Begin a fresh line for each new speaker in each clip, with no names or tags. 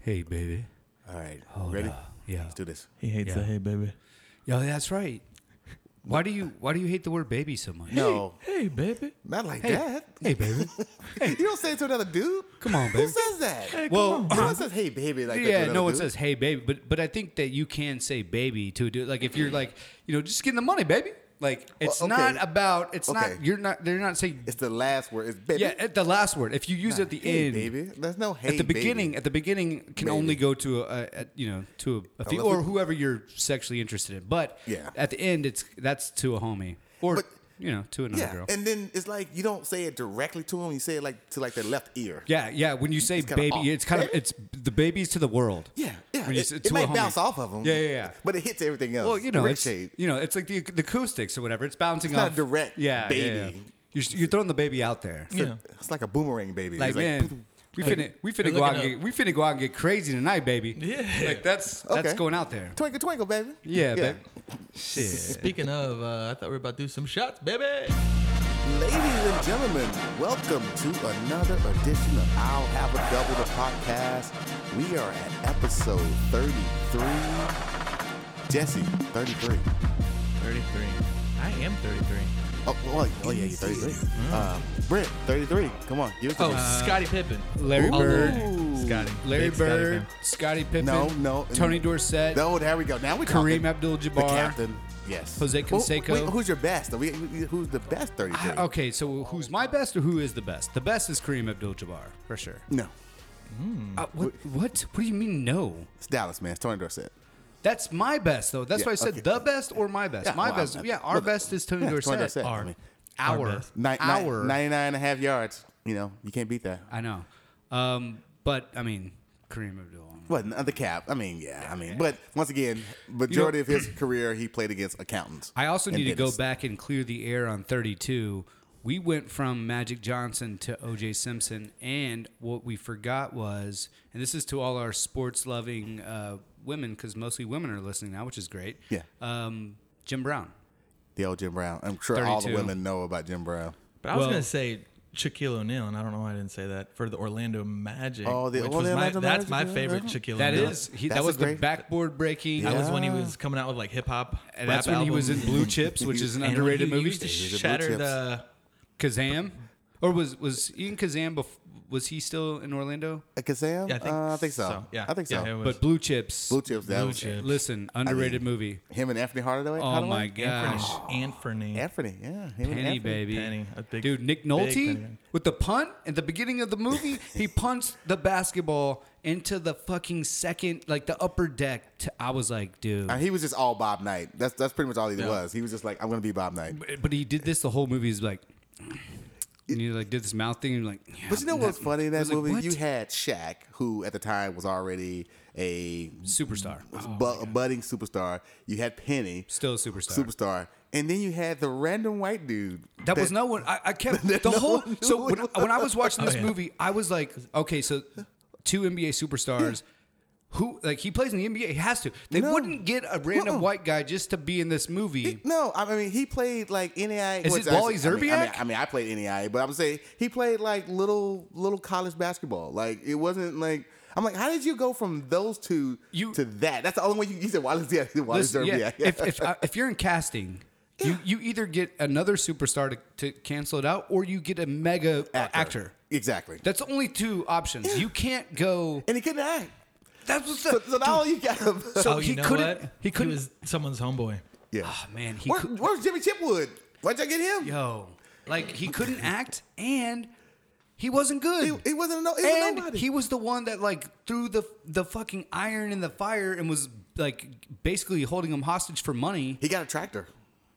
Hey, baby.
All right.
Hold
Ready?
up. Yeah.
Let's do this.
He hates the
Yeah.
hey baby.
Yeah, that's right. Why do you Why do you hate the word baby so much?
No,
Hey baby.
not like
Hey,
that.
hey, baby.
You don't say it to another dude.
Come on,
Who
baby.
says that?
Well,
no one says "Hey, baby." Like that to
yeah,
another
no one
dude.
says hey, baby, but but I think that you can say baby to do like if you're like you know just getting the money, baby. Like it's
Mm-hmm. okay.
not about it's
Okay.
not you're not they're not saying
It's the last word. It's baby.
yeah at the last word if you use it at the
hey,
end
baby. There's no hey.
at the
baby.
beginning at the beginning can
Baby.
only go to a, a, a- you know to a, a fe-
Unless
or
we-
whoever you're sexually interested in but
Yeah.
at the end it's that's to a homie or
But-
you know to another
Yeah,
girl
and then it's like you don't say it directly to him. You say it like to like their left ear.
yeah yeah when you say
kinda
baby
off.
it's kind of
Baby?
it's the baby's to the world
yeah, yeah.
When you
It,
say
it
to a
might
homie.
bounce off of them.
Yeah, yeah, yeah.
But it hits everything else.
well you know it's,
Ricochets.
you know it's like the, the acoustics or whatever it's bouncing
It's not
off
direct
yeah yeah,
baby.
yeah. You're, you're throwing the baby out there
Yeah.
It's like a boomerang, baby.
like,
It's
man we finna we finna
Hey,
go
look
out
it
and get,
up.
we finna go out and get crazy tonight baby
Yeah.
like that's that's
Okay.
going out there
twinkle, twinkle, baby.
yeah, baby shit
Speaking of, uh, I thought we were about to do some shots, baby.
Ladies and gentlemen, welcome to another edition of I'll Have a Double the podcast. We are at episode 33. Jesse, 33.
33. I am 33.
Oh, well, oh yeah, you're 33. Um, Brent, 33. Come on, give it to
Oh,
me.
uh,
Scotty Pippen.
Larry
Although-
Bird.
Scotty.
Larry
Big Scotty
Bird,
fan.
Scottie Pippen,
No, no.
Tony Dorsett,
No, there we go. Now we
Kareem
talking. The
Abdul-Jabbar.
captain. Yes.
Jose
Who-
Canseco.
wait, who's your best? Are we- Who's the best 33?
I- Okay, so who's my best or who is the best? The best is Kareem Abdul-Jabbar for sure.
No,
Uh, what, what? What do you mean no?
it's Dallas, man. It's Tony Dorsett.
That's my best though. That's
Yeah,
why I said
okay.
the best or my best.
Yeah,
my
well,
best.
I'm-
yeah, our
look,
best is Tony
yeah, it's
Dorsett.
Tony Dorsett.
Our-
I mean,
Our,
best.
Nine,
our.
nine- 99 and a half yards. You know, you can't beat that.
I know, um, but I mean Kareem Abdul.
But the cap. I mean, yeah. I mean, but once again, majority of his career, he played against accountants.
I also
and
need to go
dentists.
back and clear the air on 32. We went from Magic Johnson to OJ Simpson, and what we forgot was, and this is to all our sports loving uh, women, because mostly women are listening now, which is great.
Yeah.
Um, Jim Brown.
The old Jim Brown. I'm sure all the
32.
women know about Jim Brown.
But I was
Well-
gonna say Shaquille O'Neal, and I don't know why I didn't say that for the Orlando Magic.
Oh, the
which
Orlando
was my,
Magic,
That's my
yeah,
favorite
yeah.
Shaquille
That
O'Neal.
is he, that
That's a
was the
great-
backboard breaking.
That was when he was coming out with like hip hop.
and that's when he was in Blue Chips, which is an underrated movie.
Blue
Shattered.
Chips.
Uh,
Kazam, or was was Ian Kazam? Bef- was he still in Orlando?
Uh, Kazam?
yeah, I think,
Uh, I think so.
Yeah,
I think so.
Yeah, it was.
But Blue Chips.
Blue Chips. That
Blue
was
Chips.
Listen, underrated movie.
him and Anthony Hardaway.
Oh
Hardaway?
my gosh.
Anthony.
Anthony, yeah. Him and
Penny,
Anthony.
baby.
Penny, a big-
Dude, Nick
big
Nolte
Penny.
with the punt at the beginning of the movie, he punts the basketball into the fucking second, like the upper deck. To, I was like, dude.
Uh, he was just all Bob Knight. That's that's pretty much all he
Yeah.
was. He was just like, I'm gonna be Bob Knight.
but, but he did this the whole movie. He's like, and he like did this mouth thing. And you're like, yeah,
But you know what's funny in
I
that
was like,
movie?
what?
you had Shaq, who at the time was already a
superstar,
bu- budding superstar. You had Penny,
still a superstar.
superstar, and then you had the random white dude.
That, was no one. I, I kept the
no
whole.
one
So
knew
when,
it
when I was watching this
yeah.
movie, I was like, okay, so two NBA superstars. Who like he plays in the NBA? He has to. They
No.
wouldn't get a random
Uh-uh.
white guy just to be in this movie.
No, I mean he played like NAI.
Is it Wally
I mean, I, mean,
Zerbiak?
I mean, I played NAI, but I'm saying he played like little little college basketball. Like it wasn't like I'm like, how did you go from those two
You-
to that? That's the only way you, you said Wally, yeah, Wally
Listen,
Zerbiak.
yeah, if if, uh, if you're in casting, you, you either get another superstar to, to cancel it out, or you get a mega actor. actor.
exactly.
That's the only two options. You can't go.
and he couldn't act.
That's what's
So,
the.
so now you got him.
So
oh, you
he
know
couldn't.
what?
He couldn't.
was someone's homeboy.
yeah.
oh, man, he
Where,
could,
where's Jimmy Chipwood? Why'd y'all get him?
Yo, like he couldn't act and he wasn't good.
He, he wasn't no, he was
and
nobody.
he was the one that like threw the the fucking iron in the fire and was like basically holding him hostage for money.
He got a tractor.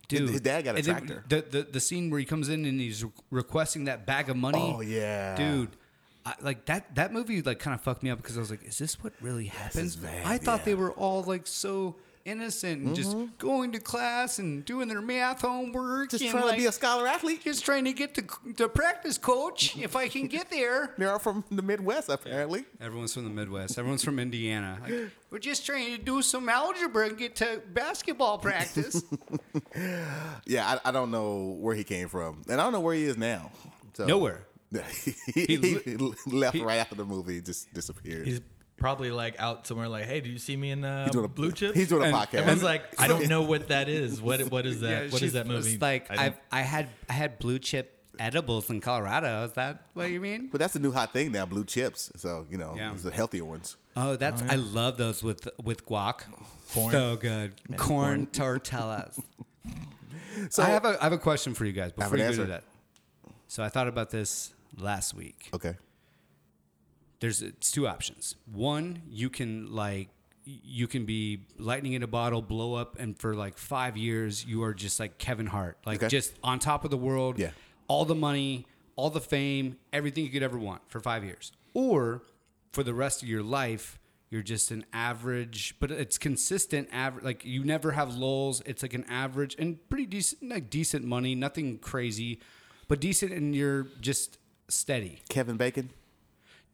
Dude,
His, his dad got a
and then
tractor.
The, the the scene where he comes in and he's re- requesting that bag of money.
Oh, yeah.
dude. I, like that that movie like kind of fucked me up because I was like, is this what really happened?
is bad,
I thought
yeah. Mm-hmm.
they were all like so innocent and just going to class and doing their math homework.
Just
and,
trying
like,
to be a scholar athlete.
just trying to get the, the practice coach if I can get there.
They're all from the Midwest, apparently.
Everyone's from the Midwest. Everyone's from Indiana. Like, we're just trying to do some algebra and get to basketball practice.
Yeah, I, I don't know where he came from, and I don't know where he is now. So.
Nowhere.
he, he left right after the movie. Just disappeared.
He's probably like out somewhere like, hey, do you see me in uh,
He's doing a
Blue Chips?
He's doing a
And-
podcast.
Everyone's like, I don't know what that is. What what is that? what is that movie?
like
I don't-
I, I had I had blue chip edibles in Colorado. Is that what you mean?
but that's a new hot thing now. Blue chips. So you know,
Yeah.
it's the healthier ones.
Oh, that's I love those with with guac.
Corn.
So good. Corn tortillas.
So
I have a I have a question for you guys before
an
you go to
answer.
that. So I thought about this last week.
okay.
There's it's two options. One, you can like you can be lightning in a bottle, blow up, and for like five years you are just like Kevin Hart, like
Okay.
just on top of the world.
Yeah.
All the money, all the fame, everything you could ever want for five years, or for the rest of your life. You're just an average, but it's consistent average. Like you never have lulls. It's like an average and pretty decent, like decent money, nothing crazy, but decent, and you're just steady.
Kevin Bacon.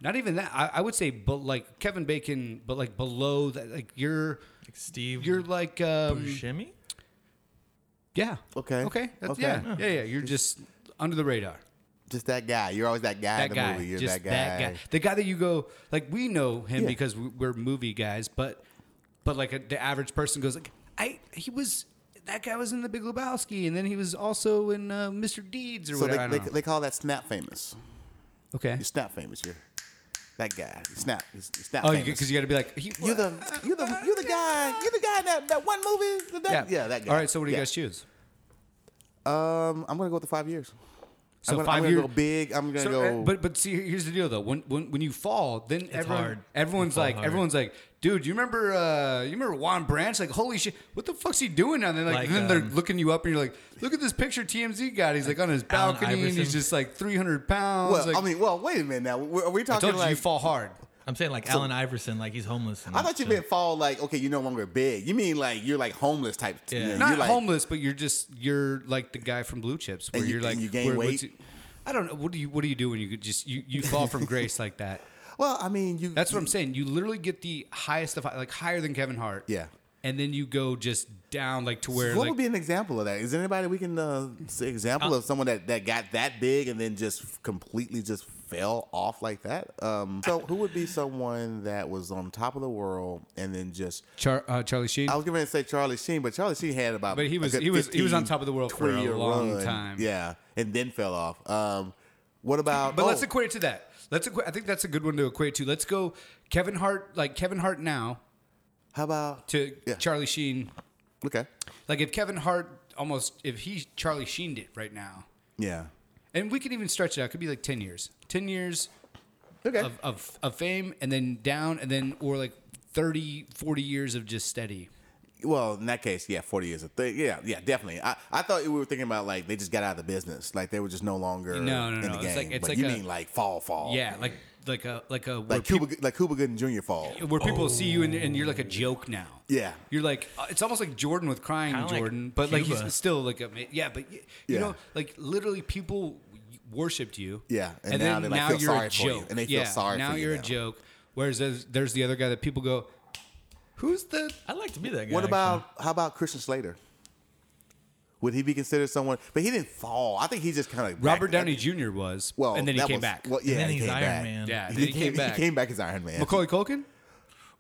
Not even that. I, I would say, but like Kevin Bacon, but like below that, like you're,
like Steve
you're like, um,
Buscemi.
yeah,
Okay.
okay, that's,
Okay.
yeah, yeah, yeah. You're just under the radar.
Just that guy. You're always that guy in
That
the
guy,
movie. You're
just
that guy.
the guy that you go like. We know him
Yeah.
because we- we're movie guys, but but like a, the average person goes like, I he was that guy was in the Big Lebowski, and then he was also in uh, Mr. Deeds or
So
whatever.
they,
I
they,
don't know.
they call that snap famous.
okay.
You're snap famous. You're that guy. You're snap. You're snap
Oh,
famous.
because you, got to be like he,
You're the you're the you're the guy you're the guy in that, that one movie that,
yeah.
that- yeah. that guy.
All right, so what do you
Yeah.
guys choose?
Um, I'm gonna go with the five years.
So
I'm gonna,
five
I'm
year-
gonna go big. I'm gonna
So,
go.
uh, but but see, here's the deal though. When when, when you fall, then everyone,
hard. You
everyone's
fall
like
hard.
everyone's like, dude, you remember uh, you remember Juan Branch? Like, holy shit, what the fuck's he doing down there? Like,
Like,
and then they're
um,
looking you up, and you're like, look at this picture TMZ got. He's like on his
Allen
balcony, and he's
Iverson.
just like 300 pounds.
well,
like,
I mean, well, wait a minute. Now, are we
I
talking
told you,
like?
you fall hard.
I'm saying like Alan Iverson, like he's homeless. and
I thought you
shit.
meant fall like okay, you're no longer big. You mean like you're like homeless type.
Yeah.
you know,
Not
you're like,
homeless, but you're just you're like the guy from Blue Chips, where
And you-
are like
and you gain
where- what's
weight?
it- I don't know. What do you what do you do when you could just you, you fall from grace like that?
Well, I mean, you.
That's what I'm saying. You literally get the highest of high, like higher than Kevin Hart.
Yeah.
And then you go just down like to where
what
like
would be an example of that? Is there anybody we can uh, say example of someone that, that got that big and then just completely just fell off like that? Um, so who would be someone that was on top of the world and then just?
Char- uh, Charlie Sheen.
I was going to say Charlie Sheen, but Charlie Sheen had about.
But he
a
was-
good
he was- he was on
15,
top of the world for a
20-year
long time.
Yeah, and then fell off. Um, what about?
but let's
oh,
equate it to that. Let's equate. I think that's a good one to equate to. Let's go Kevin Hart like Kevin Hart now
how about?
to
Yeah.
Charlie Sheen.
okay.
Like if Kevin Hart almost if he Charlie Sheened it right now,
Yeah.
and we could even stretch it out. It could be like ten years. Ten years
Okay.
of, of of fame, and then down, and then or like 30, 40 years of just steady.
Well, in that case, yeah, forty years. Of th- yeah, yeah, definitely. I, I thought we were thinking about like they just got out of the business, like they were just no longer
No, no,
in
no.
the
It's
game.
like- it's
but
like
you
a-
mean like fall, fall.
Yeah, like like a like a where
like Cuba, like Cuba Gooden Jr. fall.
peop- where people see you and, and you're like a joke now.
Yeah.
You're like uh, it's almost like Jordan with crying
Kinda like
Jordan, but like
Cuba.
he's still like a ma- yeah, but y- you
Yeah.
know like literally people worshipped you.
Yeah, and now they, like, feel sorry for you, and they feel
yeah,
sorry
now
for you
you're a
now.
joke. Whereas there's, there's the other guy that people go, who's the
I'd like to be that guy.
What
actually.
about how about Christian Slater? Would he be considered someone? But he didn't fall. I think he just kind of
Robert Downey Jr. was
Well,
and then he
that
came
was-
back.
Well, yeah,
and then
he
he's
came
Iron
back.
Man.
yeah, then
He,
he came back.
He came back as Iron Man.
Macaulay Culkin.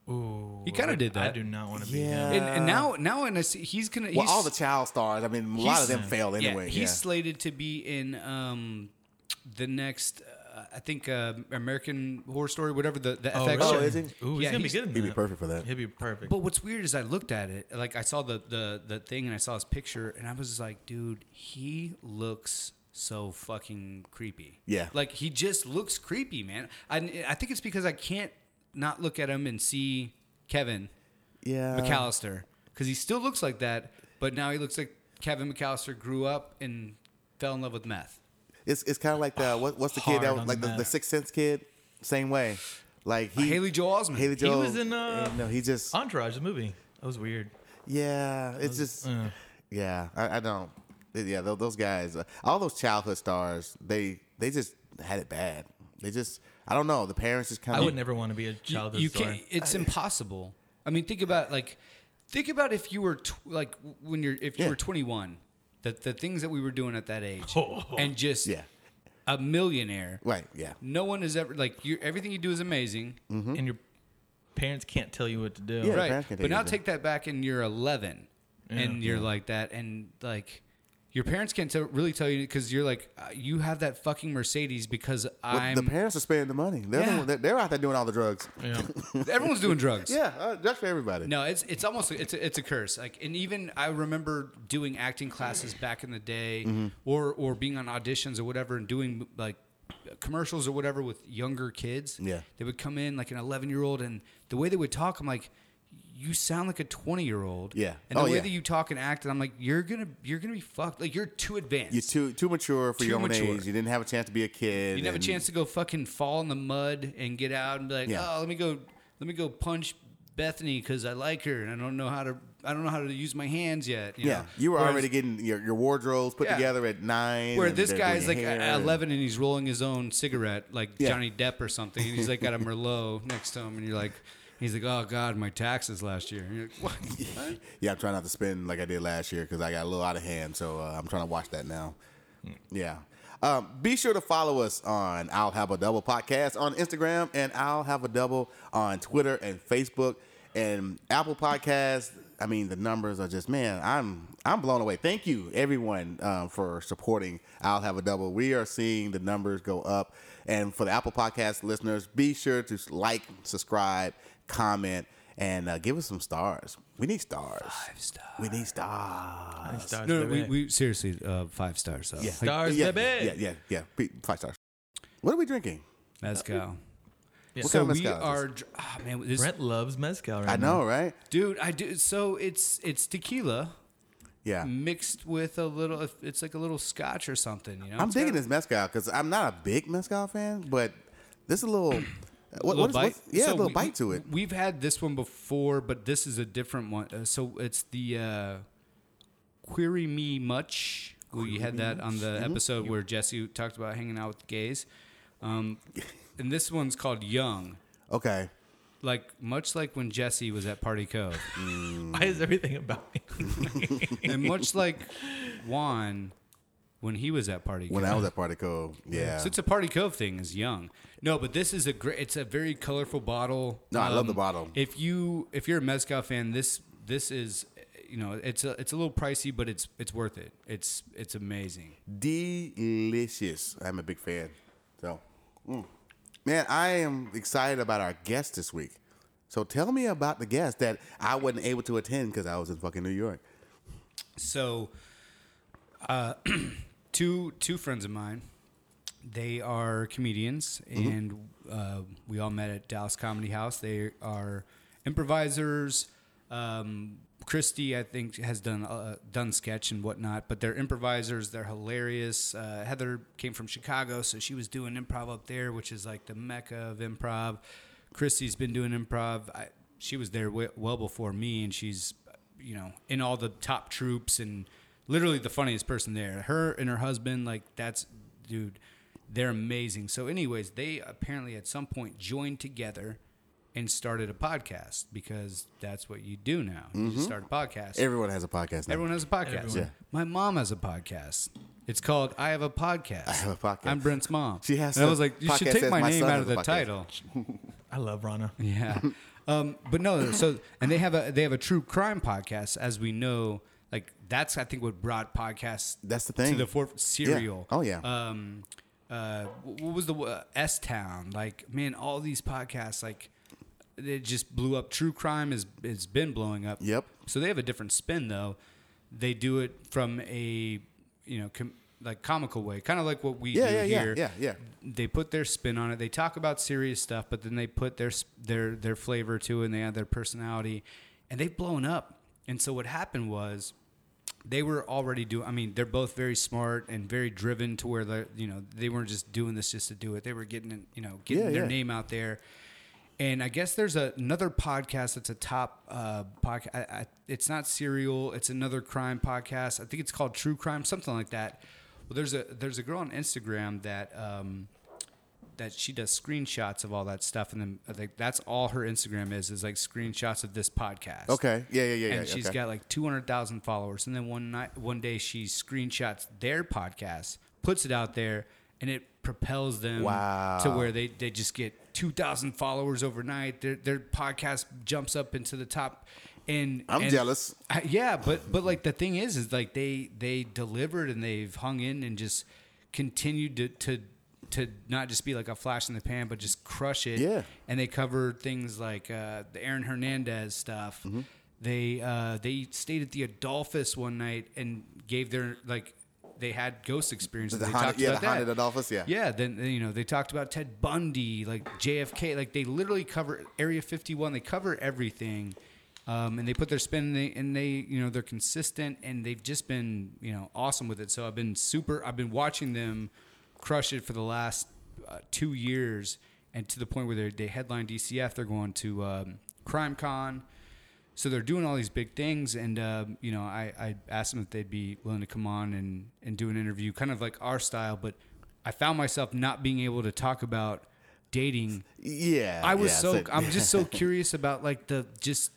Ooh,
He kinda
I-
did
I
that.
do not want to be
Yeah.
him.
And, and now, now, and I see he's gonna.
Uh, well,
he's,
all the child stars. I mean, a lot of them
He's-
failed
Yeah,
anyway.
he's slated to be in um, the next, uh, I think, uh, American Horror Story, whatever the the FX
really?
show.
Oh, is he?
Ooh, he's
Yeah,
gonna be
he's-
good. In
He'd be
that.
perfect for that.
He'd be perfect.
But what's weird is I looked at it, like I saw the the the thing and I saw his picture and I was like, dude, he looks so fucking creepy.
Yeah.
like he just looks creepy, man. I I think it's because I can't not look at him and see Kevin
yeah,
McAllister because he still looks like that, but now he looks like Kevin McAllister grew up and fell in love with meth.
It's it's kind of like the what, what's the kid
Hard
that
on
was like the,
the
the
matter.
Sixth Sense kid, same way. Like he
Haley Joel Osment.
Haley Joel.
was in, uh,
No, he just
Entourage, the movie. That was weird.
yeah. It's just
uh.
yeah. I, I don't. Yeah, tho- those guys, uh, all those childhood stars, they they just had it bad. They just I don't know. The parents just kind
I
of
would never want to be a
You-
child.
you can't. It's impossible. I mean, think about like, think about if you were tw- like w- when you're if you
Yeah.
were 21, the the things that we were doing at that age,
Oh.
and just
yeah.
a millionaire.
Right. Yeah.
No one has ever like you. Everything you do is amazing.
and you're parents can't tell you what to do.
Mm-hmm. Yeah.
right.
back in
But now
Asia.
take that back and you're 11 and
Yeah.
you're like that and like your parents can't tell really tell you because you're like uh, you have that fucking Mercedes because
But
I'm
the parents are spending the money. They're, the
Yeah.
one- they're- they're out there doing all the drugs.
Yeah.
everyone's doing drugs.
Yeah, uh, that's for everybody.
No, it's it's almost it's a, it's a curse. Like, and even I remember doing acting classes back in the day,
Mm-hmm.
or or being on auditions or whatever, and doing like commercials or whatever with younger kids.
Yeah.
they would come in like an eleven year old, and the way they would talk, I'm like, you sound like a twenty year old.
Yeah.
and the
Oh,
way
yeah.
that you talk and act, and I'm like, you're gonna you're gonna be fucked. Like you're too advanced.
You're too too mature for
Too
your own
mature.
age. You didn't have a chance to be a kid.
You didn't have a
and-
chance to go fucking fall in the mud and get out and be like,
Yeah.
oh, let me go, let me go punch Bethany because I like her and I don't know how to, I don't know how to use my hands yet. you
Yeah,
know?
you were
Whereas-
already getting your, your wardrobes put
Yeah.
together at nine.
Where
and
this
they're
guy's
doing
like
your hair
at
and-
11 and he's rolling his own cigarette like
Yeah.
Johnny Depp or something, and he's like got a Merlot next to him, and you're like, he's like, oh god, my taxes last year. And you're like, what?
Yeah, I'm trying not to spend like I did last year because I got a little out of hand. So uh, I'm trying to watch that now. Yeah. Um, be sure to follow us on I'll Have a Double podcast on Instagram and I'll Have a Double on Twitter and Facebook and Apple Podcasts. I mean, the numbers are just man. I'm I'm blown away. Thank you everyone um, for supporting I'll Have a Double. We are seeing the numbers go up, and for the Apple Podcast listeners, be sure to like, subscribe, comment, and uh, give us some stars. We need stars. Five stars. We need stars.
Stars,
No, no, we,
baby.
we seriously uh, five stars. So.
Yeah.
Stars,
yeah,
baby.
Yeah, yeah, yeah. Pe- Five stars. What are we drinking?
let's go.
What
So
kind of
we
mezcal is
are,
this?
dr- ah man, this
Brent loves mezcal right
I
now.
know, right?
dude. I do. So it's it's tequila.
Yeah.
Mm, mixed with a little it's like a little scotch or something you know
I'm digging this mezcal because I'm not a big mezcal fan, but this is a little. What, what is, what's- yeah, a little bite to it.
we've had this one before but this is a different one uh, so it's the uh query me much we had that on the
Mm-hmm.
episode where jesse talked about hanging out with gays um and this one's called young
Okay.
like much like when jesse was at party cove
Why is everything about me?
and much like juan when he was at party
When
cove
I was at Party Cove, yeah.
So it's a Party Cove thing. Is young. No, but this is a great. It's a very colorful bottle. Um,
No, I love the bottle.
If you if you're a mezcal fan, this this is you know it's a it's a little pricey, but it's it's worth it. It's it's amazing.
Delicious. I'm a big fan. So, mm. man, I am excited about our guest this week. So tell me about the guest that I wasn't able to attend because I was in fucking New York.
So, uh, two two friends of mine, they are comedians,
Mm-hmm.
and uh, we all met at Dallas Comedy House. They are improvisers. Um, Christy, I think, has done uh, done sketch and whatnot, but they're improvisers. They're hilarious. Uh, Heather came from Chicago, so she was doing improv up there, which is like the mecca of improv. Christy's been doing improv. I, she was there w- well before me, and she's you know, in all the top troops and literally the funniest person there. Her and her husband, like that's dude, they're amazing. So anyways, they apparently at some point joined together and started a podcast because that's what you do now. You just start a podcast.
Everyone has a podcast now.
Everyone has a podcast.
Mm-hmm. Everyone. Yeah.
My mom has a podcast. It's called I Have a Podcast. I
Have a Podcast.
I'm Brent's mom.
She has
And I
a
was like, you should
podcast
take
as
my,
my
name
son
out
has
of the
a podcast.
title.
I love Rana.
Yeah. um, but no, so and they have a they have a true crime podcast, as we know. Like that's I think what brought podcasts
That's the thing.
to the fourth serial.
Oh, yeah.
Um, uh, wh- what was the uh, S Town? Like man, all these podcasts like it just blew up. True crime is has been blowing up.
Yep.
So they have a different spin though. They do it from a you know com- like comical way, kind of like what we
yeah,
do
yeah, yeah,
here
yeah, yeah.
they put their spin on it. They talk about serious stuff, but then they put their s- their their flavor to it, and they add their personality, and they've blown up. And so what happened was, they were already doing. I mean, they're both very smart and very driven to where they you know they weren't just doing this just to do it. They were getting it, you know getting
Yeah,
their
yeah.
name out there. And I guess there's a, another podcast that's a top uh, podcast. I, I, it's not serial. It's another crime podcast. I think it's called True Crime, something like that. Well, there's a there's a girl on Instagram that um, that she does screenshots of all that stuff, and then I think that's all her Instagram is is like screenshots of this podcast.
Okay. Yeah, yeah, yeah, yeah.
And she's
okay.
got like 200,000 followers. And then one night, one day, she screenshots their podcast, puts it out there, and it propels them
Wow.
to where they, they just get 2,000 followers overnight. Their, their podcast jumps up into the top. And
I'm
and-
jealous.
I, yeah, but but like the thing is, is like they they delivered and they've hung in and just continued to to to not just be like a flash in the pan, but just crush it.
Yeah.
And they covered things like uh, the Aaron Hernandez stuff. They uh, they stayed at the Adolphus one night and gave their like they had ghost experiences.
The
they
haunted-
talked
yeah,
about
the haunted
that.
Adolphus, yeah.
Yeah. Then you know they talked about Ted Bundy, like JFK. Like they literally cover Area 51. They cover everything. Um, and they put their spin, and they, and they, you know, they're consistent, and they've just been, you know, awesome with it. So I've been super. I've been watching them crush it for the last uh, two years, and to the point where they they headline DCF. They're going to um, Crime Con, so they're doing all these big things. And um, you know, I, I asked them if they'd be willing to come on and and do an interview, kind of like our style. But I found myself not being able to talk about dating.
Yeah.
I was
yeah,
so I'm just so curious about like the just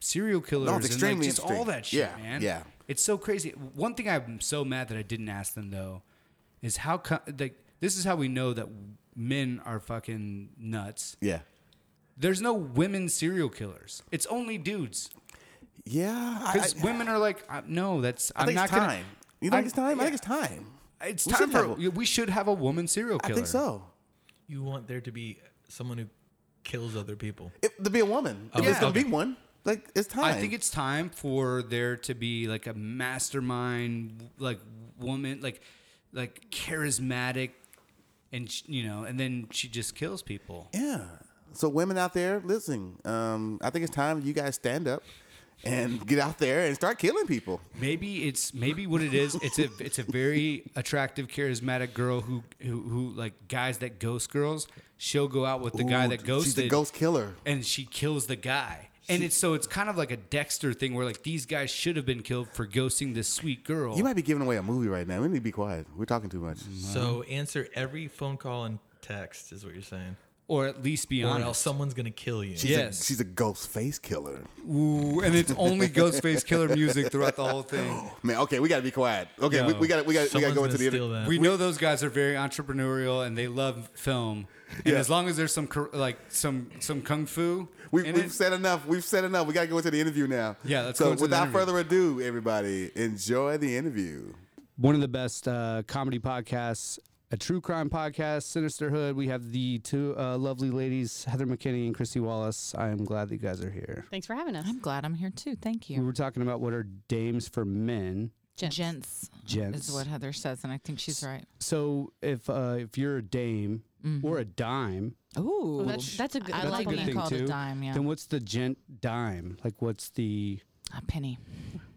serial killers and like
extremely
just all
interesting.
that shit,
Yeah,
man.
yeah.
it's so crazy. One thing I'm so mad that I didn't ask them though is how co- like this is how we know that men are fucking nuts.
yeah.
There's no women serial killers. It's only dudes
Yeah. I-
because
I-
women are like, uh, no, that's
I
I'm
think
not
it's time.
gonna.
you think
I-
it's time? I
yeah.
think it's time.
It's
We
time
should
for
have
we should have a woman serial
I
killer.
think so.
You want there to be someone who kills other people.
It, to be a woman. If
Yeah.
it's gonna
Okay.
be one, like it's time.
I think it's time for there to be like a mastermind, like woman, like like charismatic, and sh- you know, and then she just kills people.
Yeah. So women out there, listen. Um, I think it's time you guys stand up and get out there and start killing people.
Maybe it's maybe what it is. It's a it's a very attractive, charismatic girl who who, who like guys that ghost girls. She'll go out with the guy
Ooh,
that
She's the
ghosted,
ghost killer.
and she kills the guy. And it's so it's kind of like a Dexter thing where like these guys should have been killed for ghosting this sweet girl.
You might be giving away a movie right now. We need to be quiet. We're talking too much.
So answer every phone call and text is what you're saying,
or at least be
or
honest.
else someone's gonna kill you.
She's
Yes.
A, she's a ghost face killer.
Ooh, and it's only Ghostface Killer music throughout the whole thing.
Man, okay, we got to be quiet. Okay, we,
Yo,
we got to we got we got to
Someone's
go into
gonna
the
steal
interview.
that.
We know those guys are very entrepreneurial and they love film. And
Yeah.
as long as there's some cor- like some some kung fu
We,
in
we've
it,
said enough. We've said enough. We got to go into the interview now.
Yeah, let's
so
go into the
without
interview.
further ado, everybody, enjoy the interview.
one of the best uh, comedy podcasts, a true crime podcast, Sinisterhood. We have the two uh, lovely ladies, Heather McKinney and Christy Wallace. I am glad that you guys are here.
Thanks for having us.
I'm glad I'm here too. Thank
We
you.
were talking about what are dames for men,
Gents.
Gents,
gents.
Mm-hmm.
is what Heather says, and I think she's right.
So if uh, if you're a dame
Mm-hmm.
or a dime,
Ooh,
Well, that's- that's a good-
I
that's a
like
good
being
thing,
called
too.
a dime. Yeah,
then what's the gent dime? Like what's the
a penny.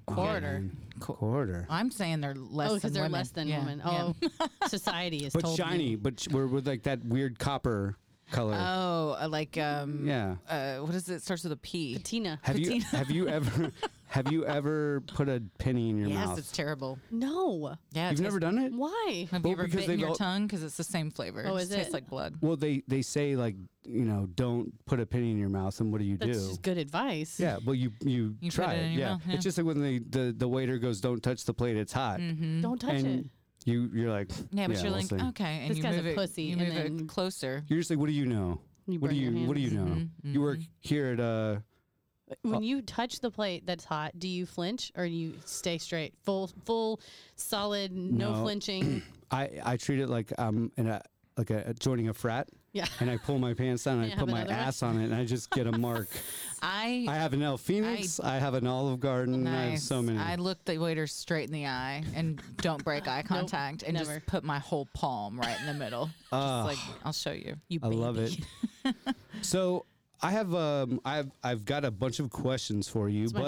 Quarter.
Qu-
quarter?
I'm saying they're less.
Oh,
than
because they're
women.
less than
Yeah,
women.
yeah.
Oh, society is
But
told
shiny,
you.
but sh- we're with like that weird copper color.
Oh, uh, like um.
yeah.
Uh, what is it? Starts with a P.
patina.
Have you have you ever have you ever put a penny in your
yes,
mouth?
it's terrible.
No.
Yeah,
You've
it tastes-
never done it?
Why?
Have
Well,
you ever
because
bitten
they've
your
all-
tongue? Because it's the same flavor.
Oh,
just
is
tastes
it?
like blood.
Well, they they say like you know don't put a penny in your mouth, and what do you
That's
do?
just good advice.
Yeah, well you you,
You put
try
it in your
yeah.
mouth, yeah. Mm.
it's just like when the, the the waiter goes, "Don't touch the plate; it's hot,"
Don't touch
and
it.
you you're like,
Mm-hmm. Yeah, but you're
we'll
like,
see."
okay, and
This
you
guy's a
move it,
pussy,
You
and
move
then-
it closer.
You're just like, what do you know?
You
what do
burn
you
your
What do you know?
Mhm,
You work here at uh
When you touch the plate that's hot, do you flinch or do you stay straight? Full, full, solid, no,
No.
flinching.
I I treat it like I'm in a like a joining a frat.
Yeah.
And I pull my pants down and
Yeah,
I put
but
my
otherwise-
ass on it and I just get a mark. I have an El Phoenix. I, have an Olive Garden. I have so
Nice.
many.
I look the waiter straight in the eye and don't break eye contact and
never.
just put my whole palm right in the middle.
Ah.
just like I'll show you.
You
I love it.
baby.
so I have um I've I've got a bunch of questions for you,
my
but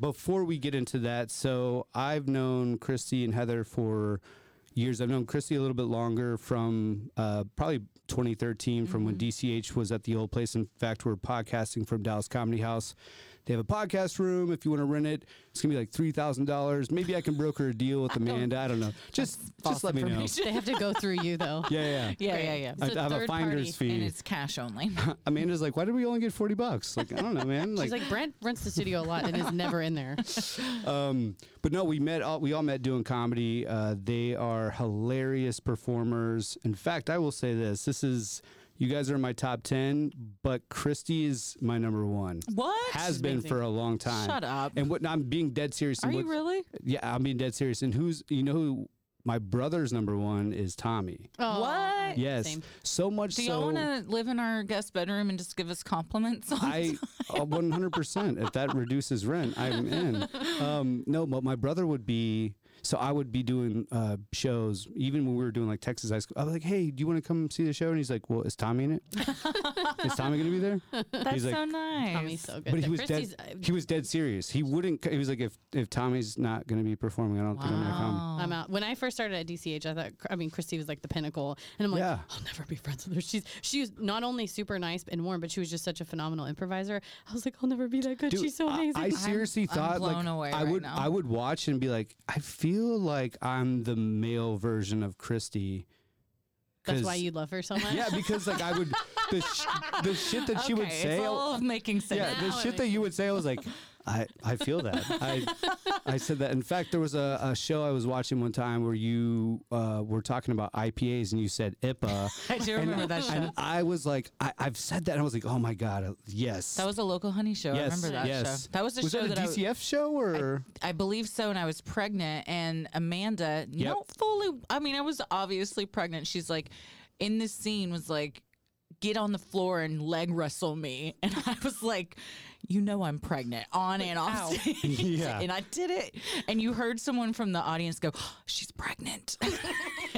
before we get into that, so I've known Christy and Heather for years. I've known Christy a little bit longer from uh, probably 2013 from when DCH was at the old place. In fact, we're podcasting from Dallas Comedy House. They have a podcast room. If you want to rent it, it's gonna be like three thousand dollars. Maybe I can broker a deal with Amanda. I don't know. Just just
false
let me know.
information.
They have to go through you though.
Yeah, yeah.
Yeah, yeah, yeah.
I,
It's a
I have a
third
finder's
party,
fee.
And it's cash only.
Amanda's like, why did we only get 40 bucks? Like, I don't know, man. Like,
She's like Brent rents the studio a lot and is never in there.
um, but no, we met all, we all met doing comedy. Uh, they are
are hilarious performers. In fact, I will say this: this is you guys are my top ten, but Christy is my number one.
What?
has been for a long time?
Shut up.
And what I'm being dead serious. and
Are you
what's-
really?
Yeah, I'm being dead serious. And who's you know who my brother's number one is Tommy.
Oh,
What?
yes,
same.
so much
Do
so.
y'all want to live in our guest bedroom and just give us compliments? On
I uh, 100%. if that reduces rent, I'm in. Um, no, but my brother would be. So I would be doing uh, shows, even when we were doing like Texas High School. I was like, "Hey, do you want to come see the show?" And he's like, "Well, is Tommy in it? is Tommy going to be there?"
That's
he's like,
so nice.
Tommy's so good. uh,
But he
The
was
Christie's,
dead. He was dead serious. He wouldn't. c- He was like, "If if Tommy's not going to be performing, I don't think I'm going to come."
I'm out. When I first started at DCH, I thought, I mean, Christy was like the pinnacle, and I'm like,
Yeah.
I'll never be friends with her. She's she was not only super nice and warm, but she was just such a phenomenal improviser. I was like, I'll never be that good.
Dude,
She's so
I-
amazing.
I, seriously
I'm
thought
blown
like
away
I
right
would
now.
I would watch and be like, I feel like I'm the male version of Christy.
That's
'cause-
why you love her so much.
Yeah, because like I would the sh- the shit that she would
Okay,
say.
It's all making sense.
yeah, the
now
shit
it
that you would say, I was like, I, I feel that. I I said that. In fact, there was a, a show I was watching one time where you uh, were talking about IPAs and you said IPA.
I do remember that show.
and I was like, I, I've said that. And I was like, oh my God, uh, yes.
That was a local honey show. I
yes,
remember that
yes.
show. That was a show
that a
I w-
DCF show or?
I believe so. And I was pregnant, and Amanda, not fully, I mean, I was obviously pregnant. She's like, in this scene, was like, get on the floor and leg wrestle me. And I was like, you know, I'm pregnant on and off. stage.
Yeah.
And I did it. And you heard someone from the audience go, "Oh, she's pregnant.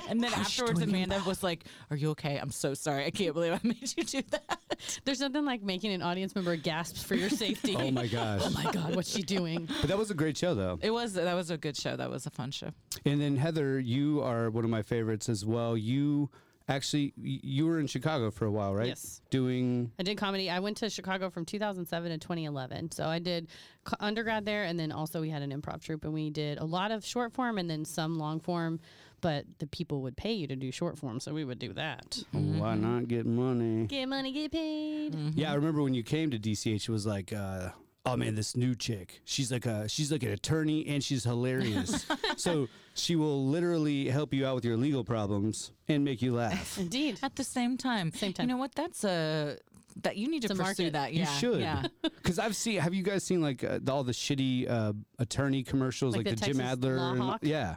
and then afterwards, Amanda was like, are you okay? I'm so sorry. I can't believe I made you do that.
There's nothing like making an audience member gasp for your safety.
oh my gosh.
Oh my God, what's she doing?
but that was a great show though.
It was, that was a good show. That was a fun show.
And then Heather, you are one of my favorites as well. You actually y- you were in Chicago for a while, right?
Yes.
Doing
I did comedy. I went to Chicago from 2007 to 2011. So I did co- undergrad there, and then also we had an improv troupe, and we did a lot of short form and then some long form. But the people would pay you to do short form, so we would do that.
why not get money?
Get money, get paid.
Yeah, I remember when you came to DCH, it was like, uh, oh man, this new chick. She's like a she's like an attorney and she's hilarious. so she will literally help you out with your legal problems and make you laugh.
Indeed.
At the same time. Same
time.
You know what? That's a that you need to
It's a
pursue
market.
that.
You
Yeah.
should,
Yeah.
because I've seen. Have you guys seen like uh, all the shitty uh, attorney commercials, like,
Like
the,
the
Jim
Texas
Adler?
Law
and-
Hawk?
yeah,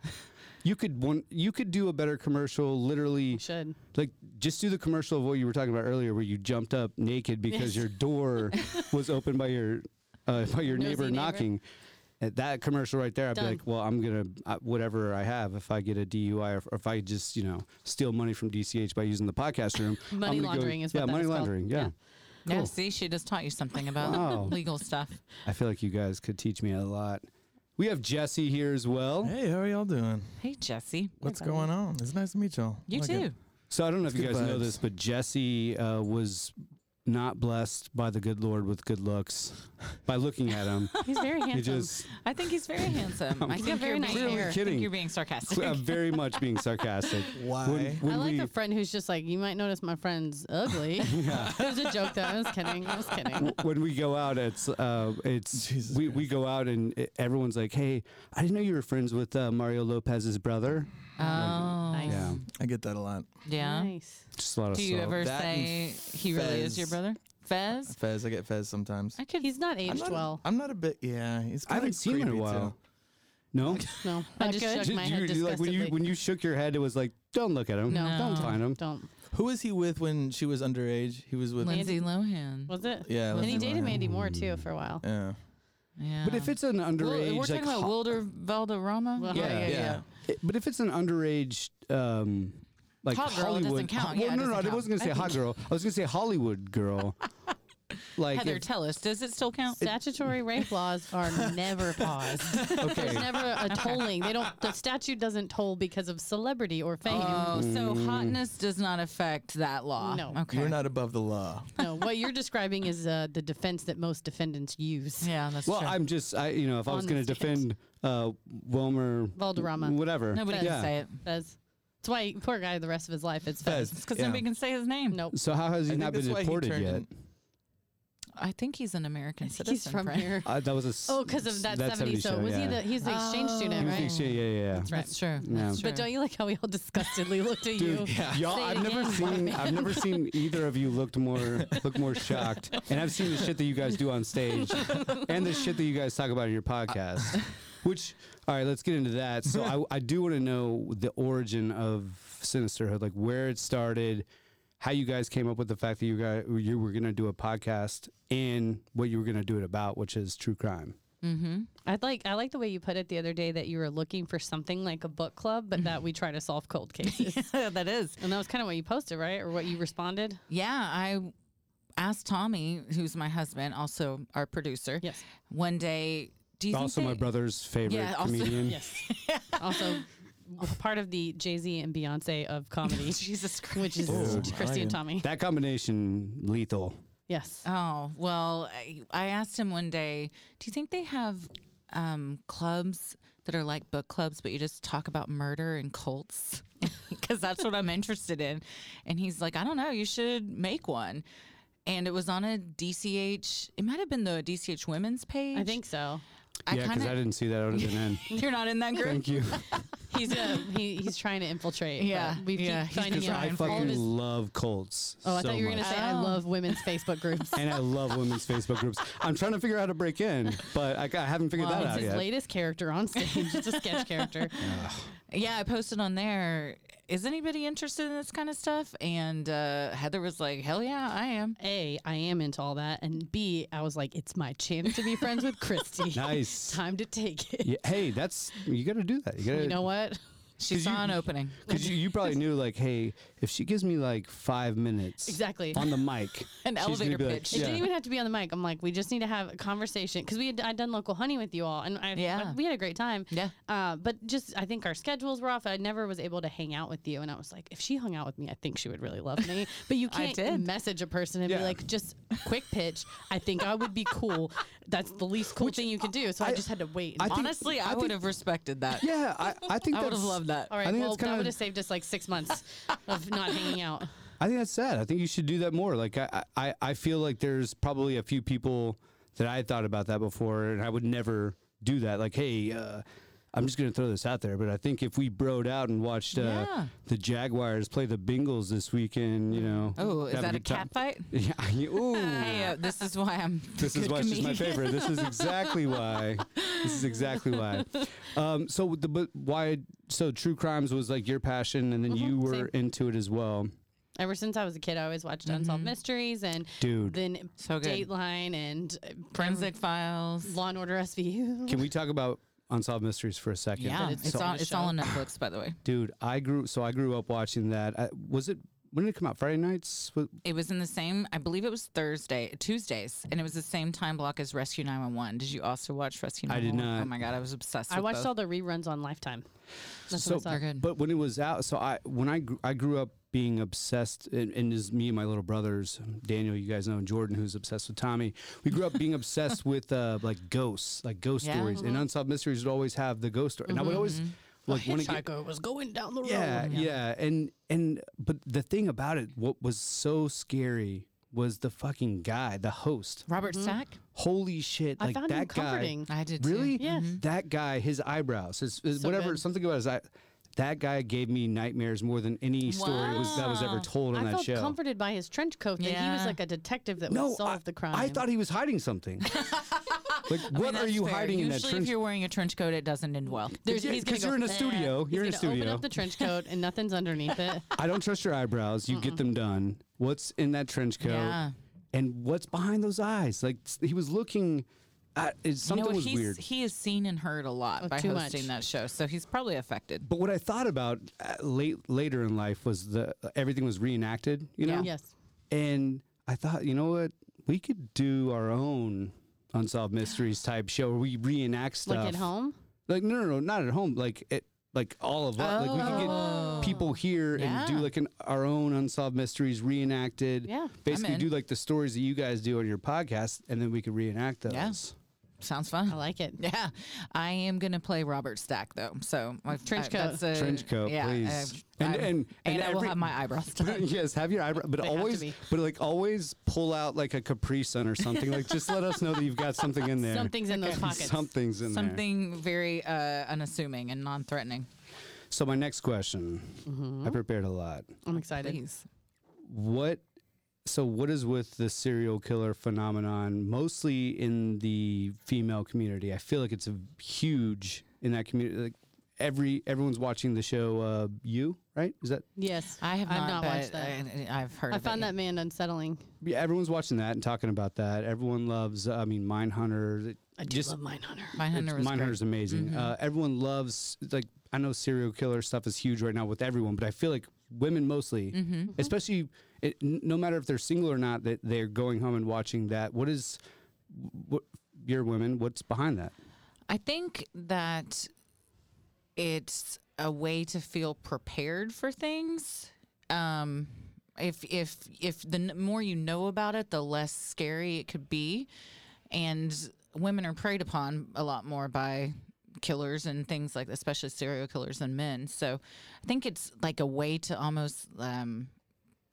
you could one. You could do a better commercial. Literally,
should.
like just do the commercial of what you were talking about earlier, where you jumped up naked because your door was open by your uh, by your
Nosy
neighbor,
neighbor.
knocking. At that commercial right there, I'd
Done.
be like, "Well, I'm gonna uh, whatever I have. If I get a DUI, or if, or if I just you know steal money from DCH by using the podcast room, I'm
Money
gonna go-
laundering is what
yeah,
that
money
is called.
laundering, yeah.
Yeah.
Yeah, See, she just taught you something about
Wow.
legal stuff.
I feel like you guys could teach me a lot. We have Jesse here as well.
Hey, how are y'all doing?
Hey, Jesse.
What's going Oh on? It's nice to meet y'all.
You
Like
too.
it.
So I don't know if you
Good
guys know
vibes.
this, but Jesse uh, was not blessed by the good Lord with good looks. By looking at him,
He's very
he
handsome.
just
I think he's very handsome. I think
got very
you're
nice
being,
hair.
I think
Clearly
you're being sarcastic.
cl- uh, very much being sarcastic.
Why?
When, when
I like
we,
a friend who's just like, you might notice my friend's ugly. it was a joke, though. I was kidding. I was kidding.
when we go out, it's uh, it's
Jesus
we, we go out and i- everyone's like, "Hey, I didn't know you were friends with uh, Mario Lopez's brother."
oh,
Nice.
Yeah,
I get that a lot.
yeah.
Nice.
just a lot of.
Do you
salt.
ever
That and
say he really is your
Fez.
brother? Fez?
Fez, I get Fez sometimes.
I could.
He's not
I'm
aged
not,
well.
I'm not a bit. Yeah, he's.
I haven't
kinda
seen him in a
creepy, too.
while. No.
No, I
Not
just
good?
shook
Did
my
you-
head
you- like when you
disgustedly.
when you shook your head, it was like, "Don't look at him.
No.
Don't find him."
Don't.
Who was he with when she was underage? He was with.
Lindsay Lohan.
Was it?
Yeah,
And
Lindsay
he dated
Lohan.
Mandy Moore too for a while.
Yeah.
Yeah.
But if it's an underage,
Well, we're talking
like,
about
ho-
Wilder Valderrama.
Well,
Yeah.
yeah,
yeah, it- but if it's an underage, um, like
Hot girl, it doesn't
Hollywood,
count.
well,
Yeah, it
no, no,
doesn't
I wasn't gonna say
count. I
hot girl. I was gonna say Hollywood girl. like,
Heather,
if-
tell us. Does it still count?
Statutory rape laws are never paused. There's
okay,
never a tolling. They don't. The statute doesn't toll because of celebrity or fame.
Oh, so hotness does not affect that law.
No.
Okay.
You're not above the law.
No, what you're describing is uh, the defense that most defendants use.
Yeah, that's
well,
true.
I'm just, I, you know, if I was
On the
gonna
stand.
defend uh, Wilmer
Valderrama.
whatever,
Nobody
yeah.
can say it.
Fez. That's why poor guy. The rest of his life, it's Fez.
It's because
Yeah.
nobody can say his name.
Nope.
So how has
I think
he not been
that's why he
deported
turned
yet?
in-
I think he's an American
I think
citizen.
he's from
friend.
here.
Uh, that was a s-
Oh, because of that, 70. So
show,
was he
yeah.
the, he's the exchange
He
student,
was the
right?
exchange- yeah, yeah, yeah.
right.
That's true.
Yeah.
That's
But
true.
don't you like how we all disgustedly looked at you?
Y'all,
Say it
I've never
again.
seen I've never seen either of you looked more look more shocked, and I've seen the shit that you guys do on stage, and the shit that you guys talk about in your podcast. Which, all right, let's get into that. So I, I do want to know the origin of Sinisterhood, like where it started, how you guys came up with the fact that you guys you were gonna do a podcast, and what you were gonna do it about, which is true crime.
I'd like I like the way you put it the other day that you were looking for something like a book club, but that we try to solve cold cases.
that is.
And that was kind of what you posted, right? Or what you responded?
Yeah, I asked Tommy, who's my husband, also our producer.
Yes.
One day, do you
Also,
think
my
they-
brother's favorite
Yeah, also-
comedian.
Also, part of the Jay Z and Beyonce of comedy,
Jesus Christ.
which is
Dude,
Christy
I am-
and Tommy.
That combination lethal.
Yes.
Oh, well, I, I asked him one day, do you think they have um, clubs that are like book clubs, but you just talk about murder and cults? Because that's what I'm interested in. And he's like, I don't know, you should make one. And it was on a DCH, it might have been the DCH women's page.
I think so.
I
yeah, because I didn't see that out of the end.
You're not in that group?
Thank you.
He's uh, he, he's trying to infiltrate. but
Yeah,
We
yeah,
keep
he's
finding
Because
out
I
all of
fucking
his-
love Colts.
Oh, I
so
thought you were gonna
much.
say I
Oh.
love women's Facebook groups.
And I love women's Facebook groups. I'm trying to figure out how to break in, but I, I haven't figured
Well,
that
it's
out
his
yet.
latest character on stage. It's a sketch character.
Yeah, I posted on there. Is anybody interested in this kind of stuff? And uh, Heather was like, Hell yeah, I am.
A, I am into all that, and B, I was like, it's my chance to be friends with Christy.
Nice.
Time to take it.
Yeah, hey, that's you got to do that. You got to
You know what?
She saw an opening.
Because you, you probably knew like, hey, if she gives me like five minutes
Exactly.
on the mic, she's
An
gonna
elevator
be like,
pitch.
It
yeah.
didn't even have to be on the mic. I'm like, we just need to have a conversation because we had I'd done local hunting with you all, and I,
Yeah.
I- we had a great time.
Yeah.
Uh, but just I think our schedules were off. I never was able to hang out with you, and I was like, if she hung out with me, I think she would really love me. But you
I
can't
did.
message a person and
Yeah.
be like, just quick pitch. I think I would be cool. That's the least cool thing you could do. So I, just had to wait. and
I think-
Honestly,
I
I,
think-
would have respected that.
yeah, I, I think
I would have
that's-
loved that.
All
I
right.
think
Well,
that's kinda-
that would have saved us like six months of not hanging out.
I think that's sad. I think you should do that more. Like I, I, I feel like there's probably a few people that I had thought about that before, and I would never do that. Like, hey, uh, I'm just gonna throw this out there, but I think if we broed out and watched uh,
Yeah.
the Jaguars play the Bengals this weekend, you know,
Oh, is
have
that a
good time.
cat fight?
Yeah. I- Ooh.
Hey, uh, this is why I'm.
This is
good
why she's my
comedian.
favorite. This is exactly why. This is exactly why. Um, so with the but why so true crimes was like your passion, and then
Mm-hmm,
you were
same.
into it as well,
Ever since I was a kid, I always watched Unsolved Mysteries and
dude.
then
Mm-hmm. So good.
Dateline and uh,
Forensic Files.
Law and Order SVU.
Can we talk about unsolved mysteries for a second?
Yeah,
it's
it's,
so
all,
much
it's all
show.
on Netflix, by the way.
dude. I grew so I grew up watching that. I, was it when did it come out? Friday nights. Wa-
It was in the same, I believe it was Thursday, Tuesdays, and it was the same time block as Rescue 911. Did you also watch Rescue
I did
911? Oh
not.
my God, I was obsessed
I
with
watched
both.
all the reruns on Lifetime. That's
so,
what I saw.
They're good.
Oh, but when it was out, so I when I gr- I grew up being obsessed, and, and is me and my little brothers, um, Daniel, you guys know, and Jordan, who's obsessed with Tommy. We grew up being obsessed with uh, like ghosts, like ghost
Yeah.
stories, and unsolved mysteries would always have the ghost story, and I would always like want to get
Mm-hmm. Hitchhiker was going down the road.
yeah, yeah, and and but the thing about it, what was so scary was the fucking guy, the host.
Robert Stack?
Holy shit!
I
like
found him
that guy.
comforting.
I did too.
Really?
Yes.
That guy, his eyebrows, his, his
So
whatever,
good.
something about his eye. That guy gave me nightmares more than any story was that was ever
Wow.
told on
I
that
felt
show.
comforted by his trench coat that he was
Yeah.
like a detective that
no,
would solve
I,
the crime.
I thought he was hiding something. like, what
I mean,
are
that's
you
fair.
hiding in that
Usually
trench?
if you're wearing a trench coat, it doesn't end well.
There's-
Yeah,
he's gonna
'cause
go,
you're in a
"Bleh."
studio.
He's
You're in a
gonna
studio.
Open up the trench coat and nothing's underneath it.
I don't trust your eyebrows. You get them done. What's in that trench coat?
Yeah.
And what's behind those eyes? Like s- he was looking. At, it, something
you know,
was
what? he's,
weird.
He is seen and heard a lot by
Oh, too
hosting
much.
that show, so he's probably affected.
But what I thought about uh, late later in life was the everything was reenacted. You know.
Yes.
And I thought, you know what? We could do our own unsolved mysteries type show where we reenact stuff.
Like at home.
Like no, no, no, not at home. Like it, like all of us. Like we can get people here and do
Oh. Yeah.
like an our own unsolved mysteries reenacted.
Yeah, I'm
Basically,
in.
do like the stories that you guys do on your podcast, and then we could reenact those.
Yeah. Sounds fun.
I like it.
Yeah, I am gonna play Robert Stack though. So my
Trench coat.
that's a,
Trench coat,
yeah,
please. And-
and and,
and-
and,
and
I will
every-
have my eyebrows done.
yes, have your eyebrow, but
have to
always,
be.
but like always, pull out like a Capri Sun or something. like just let us know that you've got something in there.
Something's in those pockets.
Something's in there.
Something very uh, unassuming and non-threatening.
So my next question,
Mm-hmm.
I prepared a lot.
I'm excited.
Please.
What? So what is with the serial killer phenomenon, mostly in the female community? I feel like it's a huge in that community. Like every everyone's watching the show. Uh, you right? Is that
Yes,
I have
I've
not,
not
but
watched that.
I, have heard.
I
of
found
it.
that man unsettling.
yeah? Everyone's watching that and talking about that. Everyone loves. I mean, Mindhunter.
I do love Mindhunter.
Mindhunter was
Mine
great.
is amazing. Uh, everyone loves like I know serial killer stuff is huge right now with everyone, but I feel like women mostly,
Mm-hmm.
especially it, n- no matter if they're single or not, that they're going home and watching that. What is what your women? What's behind that?
I think that it's a way to feel prepared for things. Um, if if if the n- more you know about it, the less scary it could be, and women are preyed upon a lot more by killers and things like, especially serial killers and men. So, I think it's like a way to almost um,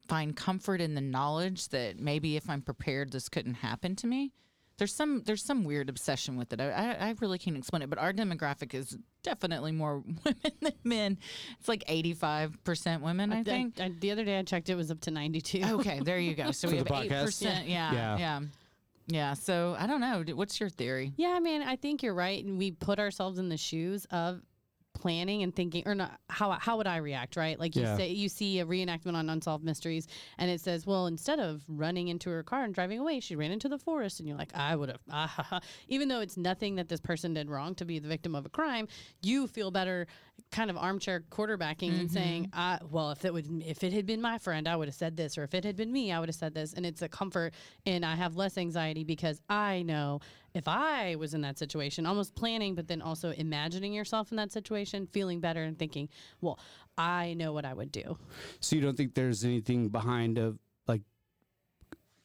find comfort in the knowledge that maybe if I'm prepared, this couldn't happen to me. There's some there's some weird obsession with it. I, I, I really can't explain it, but our demographic is definitely more women than men. It's like 85% women, I, think.
I, the other day I checked, it was up to 92.
Oh,
Okay, there you go. So we
For
have
the
eight
podcast?
percent. Yeah,
Yeah.
yeah, yeah, So I don't know. D- What's your theory?
Yeah, I mean, I think you're right, and we put ourselves in the shoes of planning and thinking, or not. How how would I react, right? Like you
Yeah.
say, you see a reenactment on Unsolved Mysteries, and it says, well, instead of running into her car and driving away, she ran into the forest, and you're like, I would have, ah, ha, ha. even though it's nothing that this person did wrong to be the victim of a crime, you feel better, kind of armchair quarterbacking and saying, I, well, if it would, if it had been my friend, I would have said this, or if it had been me, I would have said this, and it's a comfort, and I have less anxiety because I know if I was in that situation, almost planning, but then also imagining yourself in that situation, feeling better and thinking, well, I know what I would do.
So you don't think there's anything behind of like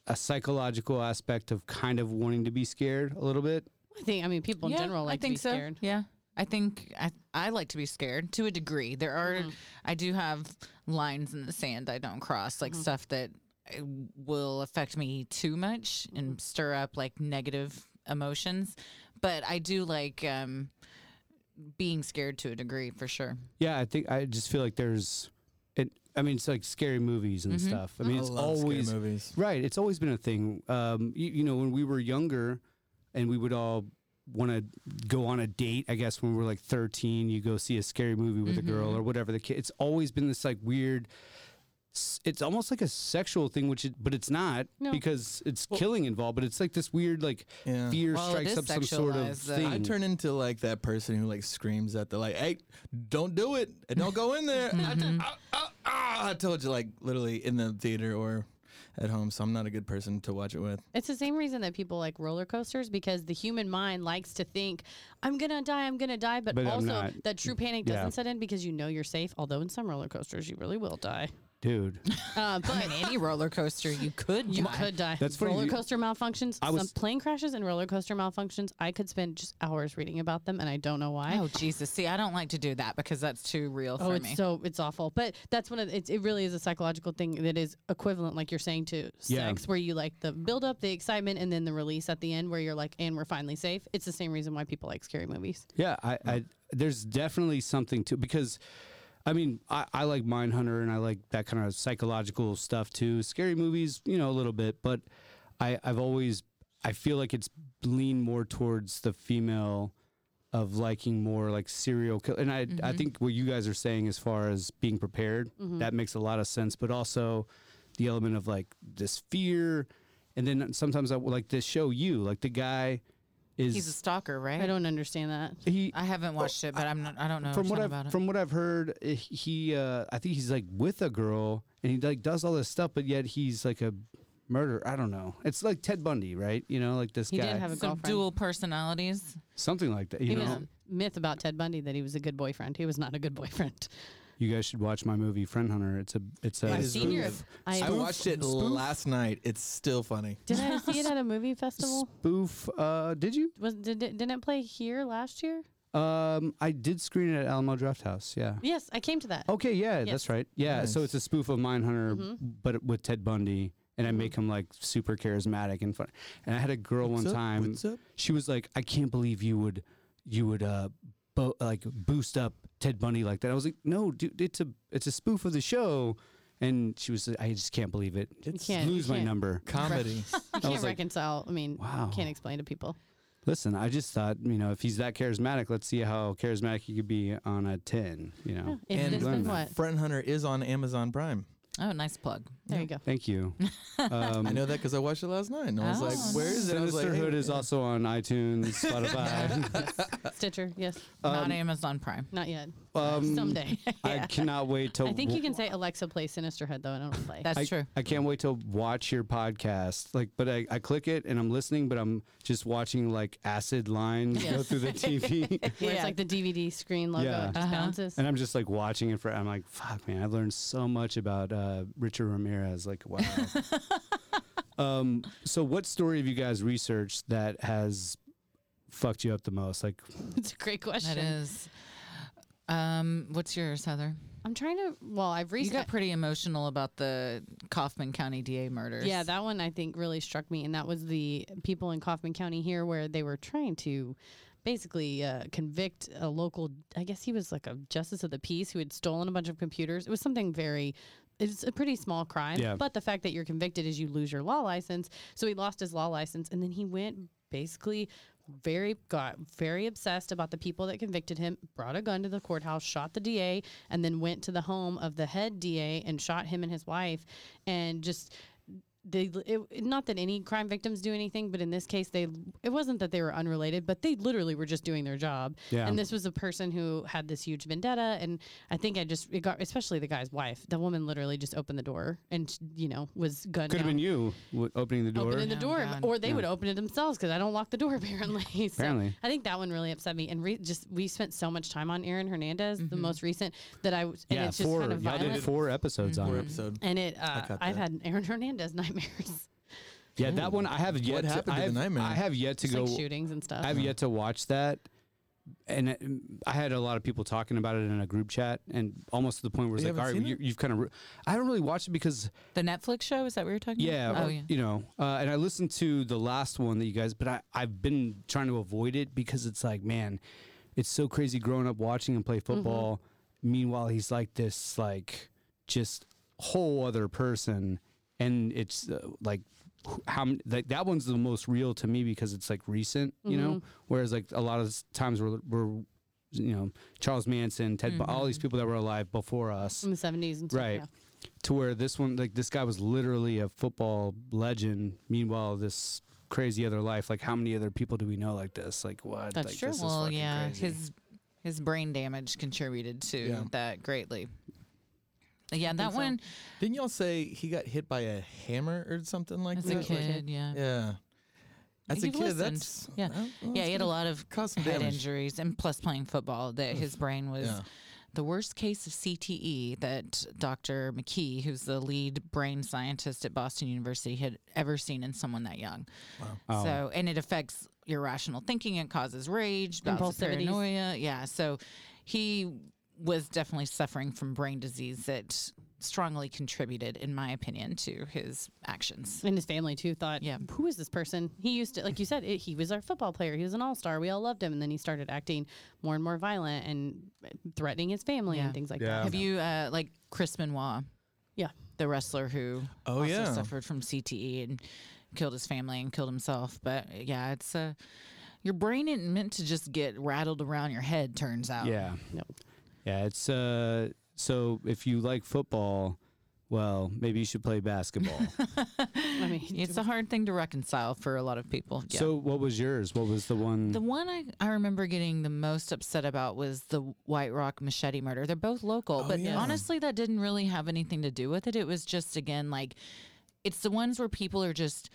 a psychological aspect of kind of wanting to be scared a little bit?
I think, I mean, people in general like
I think
to be scared.
so. Yeah, I think I I like to be scared to a degree. There are
Mm-hmm.
I do have lines in the sand I don't cross,
Mm-hmm.
like stuff that uh, will affect me too much
Mm-hmm.
and stir up like negative emotions. But I do like um, being scared to a degree for sure.
Yeah, I think I just feel like there's it. I mean, it's like scary movies and stuff. I mean, it's
love scary
always
movies.
Right. It's always been a thing. Um, you, you know, when we were younger and we would all want to go on a date, I guess when we were like 13, you go see a scary movie with
Mm-hmm.
a girl or whatever the kid. It's always been this like weird s- it's almost like a sexual thing which it, but it's not because it's killing involved, but it's like this weird like
Yeah.
fear
Well, it
strikes
is
up some sort of
sexualized, though.
thing.
I
I turn into like that person who like screams at the like, hey, don't do it, and don't go in there. I, t-
Mm-hmm.
ah, ah, ah, I told you like literally in the theater or at home, so I'm not a good person to watch it with.
It's the same reason that people like roller coasters because the human mind likes to think, I'm going to die, I'm going to die. But,
But I'm
also,
not.
that true panic
Yeah.
doesn't set in because you know you're safe, although in some roller coasters, you really will die.
Dude.
Uh, but
Any roller coaster you could
You
die.
could die.
That's funny
roller
you-
coaster malfunctions.
I was-
some plane crashes and roller coaster malfunctions. I could spend just hours reading about them, and I don't know why.
Oh Jesus! See, I don't like to do that because that's too real
Oh,
for
it's
me.
so it's awful. But that's one of the, it's, it really is a psychological thing that is equivalent, like you're saying, to
Yeah.
sex, where you like the build up, the excitement, and then the release at the end, where you're like, and we're finally safe. It's the same reason why people like scary movies.
Yeah, I, I there's definitely something to because I mean, I, I like Mindhunter and I like that kind of psychological stuff too. Scary movies, you know, a little bit, but I, I've always I feel like it's leaned more towards the female of liking more like serial killer. And I I think what you guys are saying as far as being prepared, that makes a lot of sense. But also the element of like this fear and then sometimes I like this show you, like the guy is
He's a stalker, right?
I don't understand that.
he
I haven't watched it, but I'm not. I don't know
from what
something
I've
about it.
from what I've heard, uh, he uh, I think he's like with a girl and he like does all this stuff, but yet he's like a murderer. I don't know. It's like Ted Bundy, right? You know, like this
He
guy,
did have a
so
girlfriend.
dual personalities.
something like that. You
He
know,
was myth about Ted Bundy that he was a good boyfriend. He was not a good boyfriend.
you you guys should watch my movie Friend Hunter. It's a it's a
It is
senior-
spoof.
I-
I
Spoof?
watched it last night. It's still funny.
Did I see it at a movie festival?
spoof. Uh, did you?
Was did it, didn't it play here last year?
Um, I did screen it at Alamo Draft House. Yeah.
Yes, I came to that.
Okay, yeah,
Yes. Mm-hmm.
that's right. Yeah, so
Nice.
it's a spoof of Mindhunter, but with Ted Bundy, and I make him like super charismatic and fun. And I had a girl
What's
one
up?
time.
What's up?
She was like, "I can't believe you would, you would uh, bo- like boost up Ted Bundy like that." I was like, "No, dude, it's a it's a spoof of the show." And she was, like, "I just can't believe it. It's
can't- you
lose my
can't.
number."
Comedy.
You can't
was like,
reconcile. I mean,
wow.
can't explain to people.
Listen, I just thought, you know, if he's that charismatic, let's see how charismatic he could be on a ten. You know,
It
And
has
learn
been
that.
what?
Friend Hunter is on Amazon Prime.
Oh, nice plug.
There you go.
thank you. Um,
I know that because I watched it last night. And I was
Oh,
like, where is it? I was like,
Sinisterhood
hey,
is also on iTunes, Spotify.
Stitcher. Yes.
Um,
Not Amazon Prime.
Not yet.
Um,
Someday.
I cannot wait to.
I think you can say Alexa play Sinisterhood though, and it'll play.
That's
I,
true.
I can't wait to watch your podcast. Like, but I, I click it and I'm listening, but I'm just watching like acid lines go through the TV,
Where
Yeah. Uh-huh.
it's like the DVD screen logo
Yeah.
it just bounces.
and I'm just like watching it for. I'm like, fuck, man, I learned so much about uh, Richard Ramirez. Like, wow. um. So, what story have you guys researched that has fucked you up the most? Like,
it's a great question.
That is. Um, what's yours, Heather?
I'm trying to. Well, I've
You
recently.
got pretty emotional about the Kaufman County DA murders.
Yeah, that one I think really struck me, and that was the people in Kaufman County here where they were trying to basically uh, convict a local. I guess he was like a justice of the peace who had stolen a bunch of computers. It was something very. It's a pretty small crime,
Yeah.
but the fact that you're convicted is you lose your law license. So he lost his law license, and then he went basically very got very obsessed about the people that convicted him brought a gun to the courthouse shot the DA and then went to the home of the head DA and shot him and his wife and just they it, it- not that any crime victims do anything but in this case they it wasn't that they were unrelated but they literally were just doing their job
Yeah.
and this was a person who had this huge vendetta and i think i just it got especially the guy's wife the woman literally just opened the door and you know was gunned
could have
down.
been you w- opening the door.
Opening the
Oh,
door,
God.
or they would open it themselves because I don't lock the door apparently. So
Apparently.
I think that one really upset me. And re- just we spent so much time on Aaron Hernandez,
Mm-hmm.
the most recent that I was, and
yeah,
it's just
four.
kind of
y'all
violent.
did four episodes on
Four
Mm-hmm.
it.
episode.
And it, uh,
got
I've
that.
had Aaron Hernandez nightmares,
Yeah, that one I have yet.
happened to
I
the
have,
nightmare?
I have yet to
just
go.
like shootings and stuff.
I have yet to watch that, and it- I had a lot of people talking about it in a group chat, and almost to the point where it's
You
like, all
haven't
right,
seen
you, you've kind of. I don't really watch it because
The Netflix show is that Oh, what you're talking
yeah,
about?
or, you know, uh, and I listened to the last one that you guys, but I I've been trying to avoid it because it's like, man, it's so crazy growing up watching him play football. Meanwhile, he's like this like just whole other person, and it's uh, like wh- how m- like that one's the most real to me because it's like recent, you know. Whereas like a lot of s- times we're we're you know Charles Manson, Ted, Bu- all these people that were alive before us,
in the seventies and stuff.
right
yeah.
to where this one like this guy was literally a football legend meanwhile this crazy other life like how many other people do we know like this like what
That's
like,
true.
this is
Well,
fucking
yeah,
crazy.
his his brain damage contributed to
Yeah.
that greatly. Yeah, that one.
Didn't y'all say he got hit by a hammer or something like
As
that?
a
Like-
kid, yeah.
yeah. As a
You've
kid,
listened.
that's.
yeah,
that- well,
yeah. He
that's
had a lot of
caused some
head
damage.
injuries, and plus playing football, that his brain was
Yeah.
the worst case of CTE that Dr. McKee, who's the lead brain scientist at Boston University, had ever seen in someone that young. Wow. So, and it affects your rational thinking. It causes rage, bouts of
Impulsivities.
paranoia. Yeah. So, he was definitely suffering from brain disease that strongly contributed, in my opinion, to his actions.
And his family too thought,
Yeah.
who is this person? He used to, like you said, it, he was our football player. He was an all star. We all loved him. And then he started acting more and more violent and threatening his family
Yeah.
and things like that.
Have you uh, like Chris Benoit,
Yeah.
the wrestler who
Oh,
also
yeah.
suffered from CTE and killed his family and killed himself? But yeah, it's uh, your brain isn't meant to just get rattled around your head. Turns out,
yeah
No.
yeah it's uh so if you like football well maybe you should play basketball
I mean,
it's a hard thing to reconcile for a lot of people. Yeah.
so what was yours what was the one
the one I, I remember getting the most upset about was the White Rock machete murder. They're both local, but
Oh, yeah.
honestly, that didn't really have anything to do with it. It was just, again, like it's the ones where people are just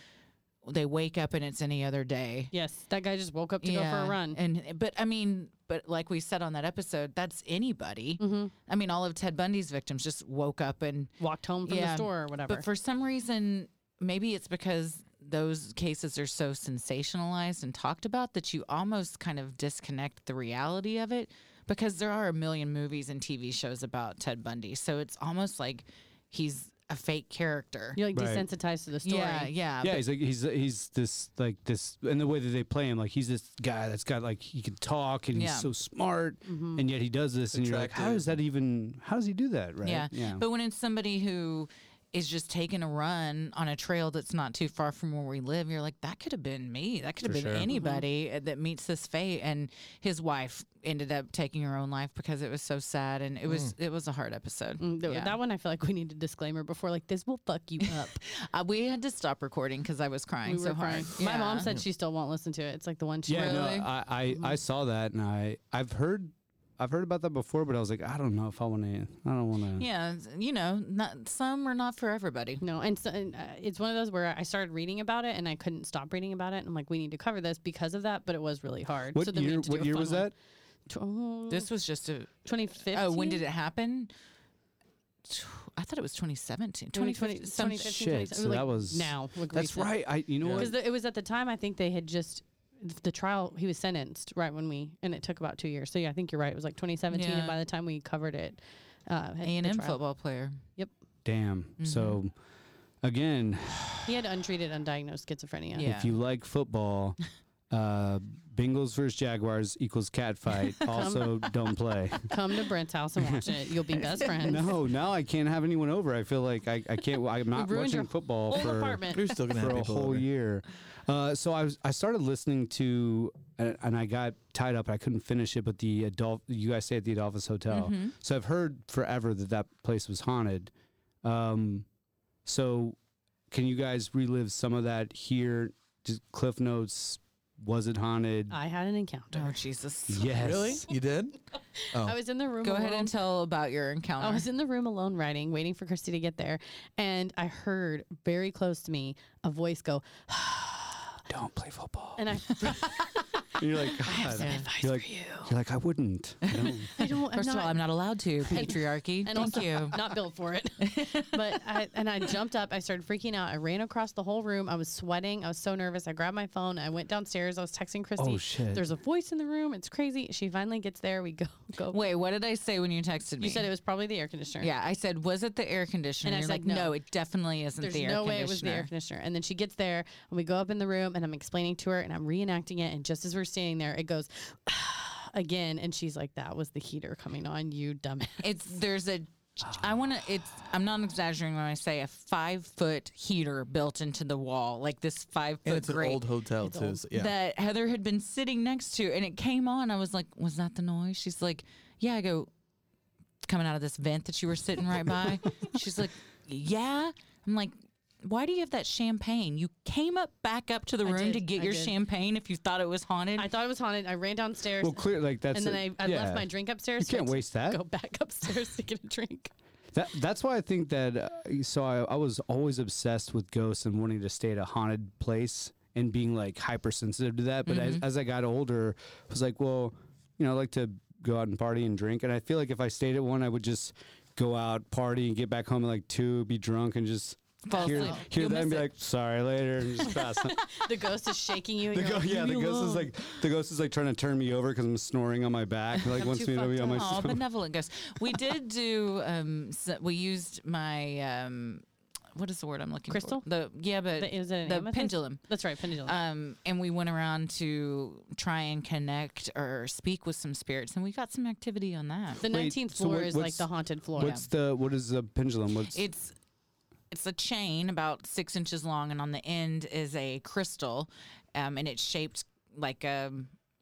they wake up and it's any other day.
Yes, that guy just woke up to go for a run.
And but I mean, but like we said on that episode, that's anybody.
Mm-hmm.
I mean, all of Ted Bundy's victims just woke up and
walked home from the store or whatever.
But for some reason, maybe it's because those cases are so sensationalized and talked about that you almost kind of disconnect the reality of it because there are a million movies and TV shows about Ted Bundy. So it's almost like he's a fake character.
You're like
Right.
desensitized to the story.
Yeah, yeah.
Yeah,
but-
he's like he's he's this like this, and the way that they play him, like he's this guy that's got like he can talk and
Yeah. Mm-hmm.
he's so smart, and yet he does this, and you're like, how
Attractive.
is that even? How does he do that? Right?
Yeah. But when it's somebody who is just taking a run on a trail that's not too far from where we live, you're like, that could have been me. That could have been anybody uh that meets this fate. And his wife ended up taking her own life because it was so sad and it was it was a hard episode.
Mm, th-
Yeah.
That one I feel like we need a disclaimer before like this will fuck you up.
Uh, we had to stop recording because I was crying
we
so
were crying.
hard.
My mom
Yeah.
said she still won't listen to it. It's like the one she
yeah.
really.
No,
Really? Mm-hmm.
I I, I saw that, and I I've heard I've heard about that before, but I was like, I don't know if I want to. I don't want to.
Yeah, you know, not some are not for everybody.
No, and, so, and uh, it's one of those where I started reading about it and I couldn't stop reading about it. And I'm like, we need to cover this because of that, but it was really hard.
What
so then we
year?
had to do
What
a
year
fun
was
one.
that?
Tw- oh,
This was just a
2015.
Oh, when did it happen? Tw- I thought it was 2017.
2020,
2015. some-
2015
Shit.
2017,
So that was
now. Like
That's right. I you know
Because
what?
it was at the time I think they had just the trial. He was sentenced right when we, and it took about two years. So yeah, I think you're right. It was like 2017,
Yeah.
and by the time we covered it, uh, had the
A&M
trial.
football player.
Damn. So
Mm-hmm.
again,
He had untreated, undiagnosed schizophrenia.
Yeah.
if you like football. Uh, Bengals versus Jaguars equals cat fight. Also, don't play.
Come to Brent's house and watch it. You'll be best friends.
No, now I can't have anyone over. I feel like I, I can't. I'm not
ruined
watching
your
football
Whole
for,
apartment.
You're still gonna
for
have
a
people
whole
over.
year. Uh, so I was I started listening to and, and I got tied up. I couldn't finish it. But the adult you guys stay at the Adolphus Hotel.
Mm-hmm.
So I've heard forever that that place was haunted. Um, so can you guys relive some of that here? Just cliff notes. Was it haunted?
I had an encounter.
Oh Jesus!
yes.
Really?
Oh.
You did?
I was in the room.
Oh. Go
alone.
ahead and tell about your encounter.
I was in the room alone writing, waiting for Christy to get there, and I heard very close to me a voice go,
Don't play football.
and I,
you're like, God. You're like, you're like, I wouldn't. I don't.
I
First
don't. I'm
of
not,
all, I'm not allowed to patriarchy.
and
Thank
also
you.
not built for it. but I and I jumped up. I started freaking out. I ran across the whole room. I was sweating. I was so nervous. I grabbed my phone. I went downstairs. I was texting Christy.
Oh, shit.
There's a voice in the room. It's crazy. She finally gets there. We go go.
Wait, what did I say when you texted me?
you said it was probably the air conditioner.
Yeah, I said, was it the air conditioner?
And I
You're
said,
like,
no.
it definitely isn't
There's
the air
no
conditioner.
way it was the air conditioner. And then she gets there, and we go up in the room, and I'm explaining to her, and I'm reenacting it. And just as we're standing there, it goes again, and she's like, "That was the heater coming on, you dumbass."
It's there's a. I want to. It's. I'm not exaggerating when I say a five foot heater built into the wall, like this five
And
foot
it's an
grate.
old hotel too. so- yeah.
that Heather had been sitting next to, and it came on. I was like, "Was that the noise?" She's like, "Yeah." I go, "It's coming out of this vent that you were sitting right by." She's like, "Yeah." I'm like, "Why do you have that champagne? You came up back up to the room to
did,
get
I
your
did.
champagne if you thought it was haunted."
I thought it was haunted. I ran downstairs.
Well, clear like that's
and then I,
it.
I
Yeah.
left my drink upstairs.
You
so I
can't
had to
waste that.
Go back upstairs to get a drink.
That that's why I think that uh, so I, I was always obsessed with ghosts and wanting to stay at a haunted place and being like hypersensitive to that. But
Mm-hmm.
as, as I got older, I was like, well, you know, I like to go out and party and drink, and I feel like if I stayed at one, I would just go out party and get back home at like two, be drunk, and just.
Fall
hear,
asleep.
hear
You'll
that and be
miss it.
like, sorry later, and just pass. on.
The ghost is shaking you.
the
And you're
go-
like,
yeah,
"Leave
the
me
ghost
alone."
is like the ghost is like trying to turn me over because I'm snoring on my back. Like wants
too
me to be
fucked
on my.
Oh,
stomach.
benevolent ghost. We did do. Um, s we used my. Um, what is the word I'm looking
Crystal?
for? The yeah, but
The- is it an
the
amethyst?
pendulum.
That's right, pendulum.
Uh,
Um, and we went around to try and connect or speak with some spirits, and we got some activity on that.
the
wait,
19th
so what-
floor is like
what's-
the haunted floor.
What's the what is the pendulum? What's
It's it's a chain about six inches long, and on the end is a crystal, um, and it's shaped like a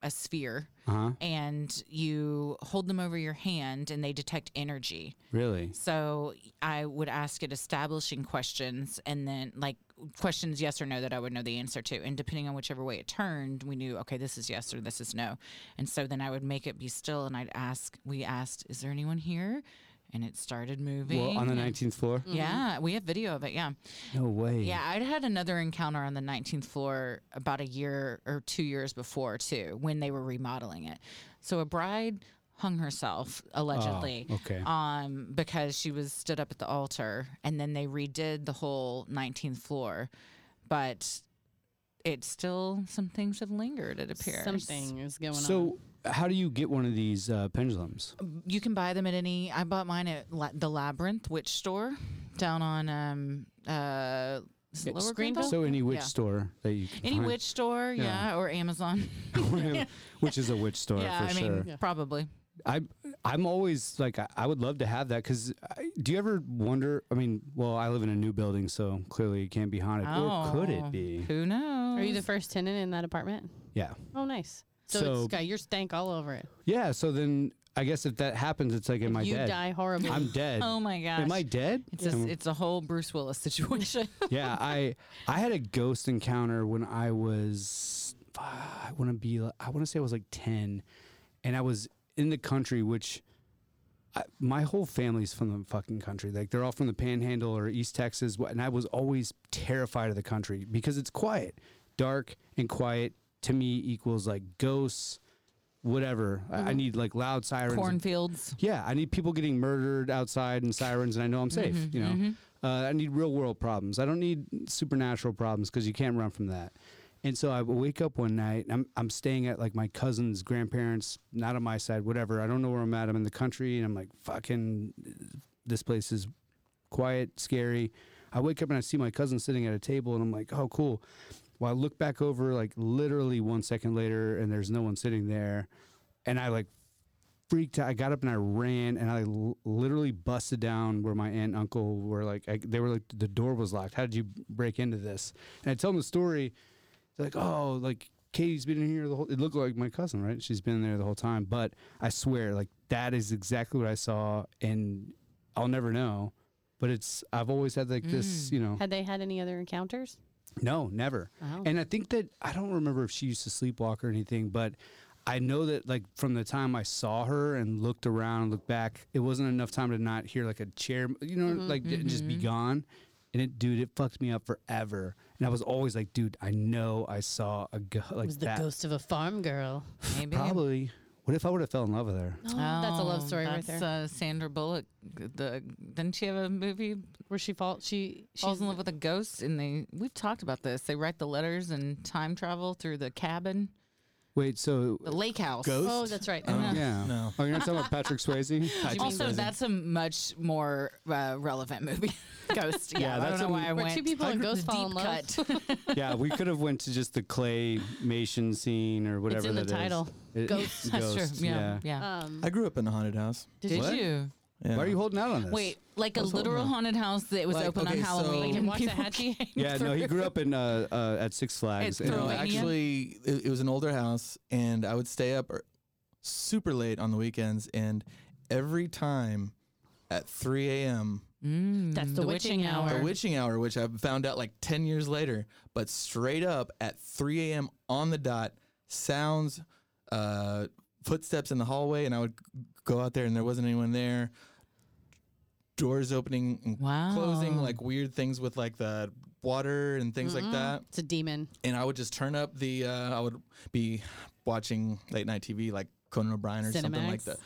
a sphere.
uh-huh.
And you hold them over your hand, and they detect energy.
really?
So I would ask it establishing questions and then like questions yes or no that I would know the answer to. And depending on whichever way it turned, we knew, okay, this is yes or this is no. And so then I would make it be still and I'd ask, we asked, is there anyone here? and it started moving.
Well, on the
and-
19th floor.
Yeah, we have video of it. Yeah.
No way.
Yeah, I'd had another encounter on the 19th floor about a year or two years before, too, when they were remodeling it. So a bride hung herself allegedly
okay.
um because she was stood up at the altar and then they redid the whole 19th floor but it still some things have lingered it appears
Mm-hmm. Something is going on.
So how do you get one of these uh, pendulums?
you can buy them at any i bought mine at La- the labyrinth witch store down on um uh is it Lower
Greenville?
Greenville?
So any witch
Oh, Yeah.
store that you can
Any
find-
witch store, yeah,
Yeah.
or Amazon.
which is a witch store
yeah,
for
I mean,
sure.
probably.
I I'm always like I, I would love to have that because do you ever wonder? I mean, well, I live in a new building, so clearly it can't be haunted, or could
Oh,
it be?
Who knows?
Are you the first tenant in that apartment?
Yeah,
Oh, nice. So,
So-
it's got your stank all over it.
yeah. So then I guess if that happens, it's like, am I
you
dead?
die horribly.
I'm dead.
Oh my gosh.
Am I dead?
It's a,
Am-
it's a whole Bruce Willis situation.
yeah, I I had a ghost encounter when I was uh, I want to be li- I want to say I was like 10 and I was in the country which I, my whole family's from the fucking country. Like they're all from the panhandle or East Texas wh- and I was always terrified of the country because it's quiet. Dark and quiet to me equals like ghosts whatever. I, I need like loud sirens. and-
Cornfields.
yeah, I need people getting murdered outside and sirens, and I know I'm safe.
Mm-hmm,
you know, uh, I need real world problems. I don't need supernatural problems because you can't run from that. And so I wake up one night. And I'm I'm staying at like my cousin's grandparents, not on my side, whatever. I don't know where I'm at. I'm in the country, and I'm like, fucking, this place is quiet, scary. I wake up and I see my cousin sitting at a table, and I'm like, oh, cool. Well, I look back over like literally one second later, and there's no one sitting there, and I like freaked out. I got up and I ran, and I l- literally busted down where my aunt and uncle were. Like, I, they were like, the door was locked. How did you break into this? And I tell them the story. They're like, oh, like Katie's been in here the whole. It looked like my cousin, right? She's been there the whole time. But I swear, like that is exactly what I saw, and I'll never know. But it's I've always had like this, you know.
Had they had any other encounters?
No, never.
Wow.
And I think that I don't remember if she used to sleepwalk or anything, but I know that like from the time I saw her and looked around and looked back, it wasn't enough time to not hear like a chair, you know,
Mm-hmm,
like j- just be gone. And it, dude, it fucked me up forever. And I was always like, dude, I know I saw a go- like
It was the
that.
ghost of a farm girl.
Maybe.
Probably. What if I would have fell in love with her?
Oh, that's a love
Oh,
story right
that's,
there.
Uh, Sandra Bullock. The didn't she have a movie?
Where she fall she
Falls
she's
in love with a ghost, and they we've talked about this. They write the letters and time travel through the cabin,
Wait, so
the lake house. Uh-huh.
Ghost?
Oh, that's right.
yeah.
No.
Oh, you're not talking about Patrick Swayze?
Also, that's a much more uh, relevant movie. ghost. Yeah, I don't
that's
know
a-
why I
Where
went.
two people in ghost
the
fall
deep
in love.
cut.
yeah, we could have went to just the claymation scene or whatever
in the
that is.
title.
It-
Ghost.
That's true.
Ghost,
Yeah, yeah.
Um,
I grew up in a haunted house.
Did
What?
you?
Yeah.
Why are you holding out on this?
Wait, like a
What's holding
literal
on?
haunted house that was
Like,
open on
okay,
Halloween.
so-
and
Watch the
people
Hatchet?
came
Yeah, no, he
through.
grew up in uh, uh, at Six Flags.
It's
and-
No,
Throwing me in?
actually, it, it was an older house, and I would stay up er- super late on the weekends, and every time at 3 a.m.,
Mm,
That's the witching hour.
a
Or-
witching hour, which I found out like 10 years later, but straight up at 3 a.m. on the dot, sounds, uh, footsteps in the hallway, and I would g- go out there, and there wasn't anyone there. Doors opening and
Wow.
closing, like weird things with like the water and things
Mm-hmm.
like that
it's a demon.
and I would just turn up the. Uh, I would be watching late night TV like Conan O'Brien or something like
Cinemax?
that.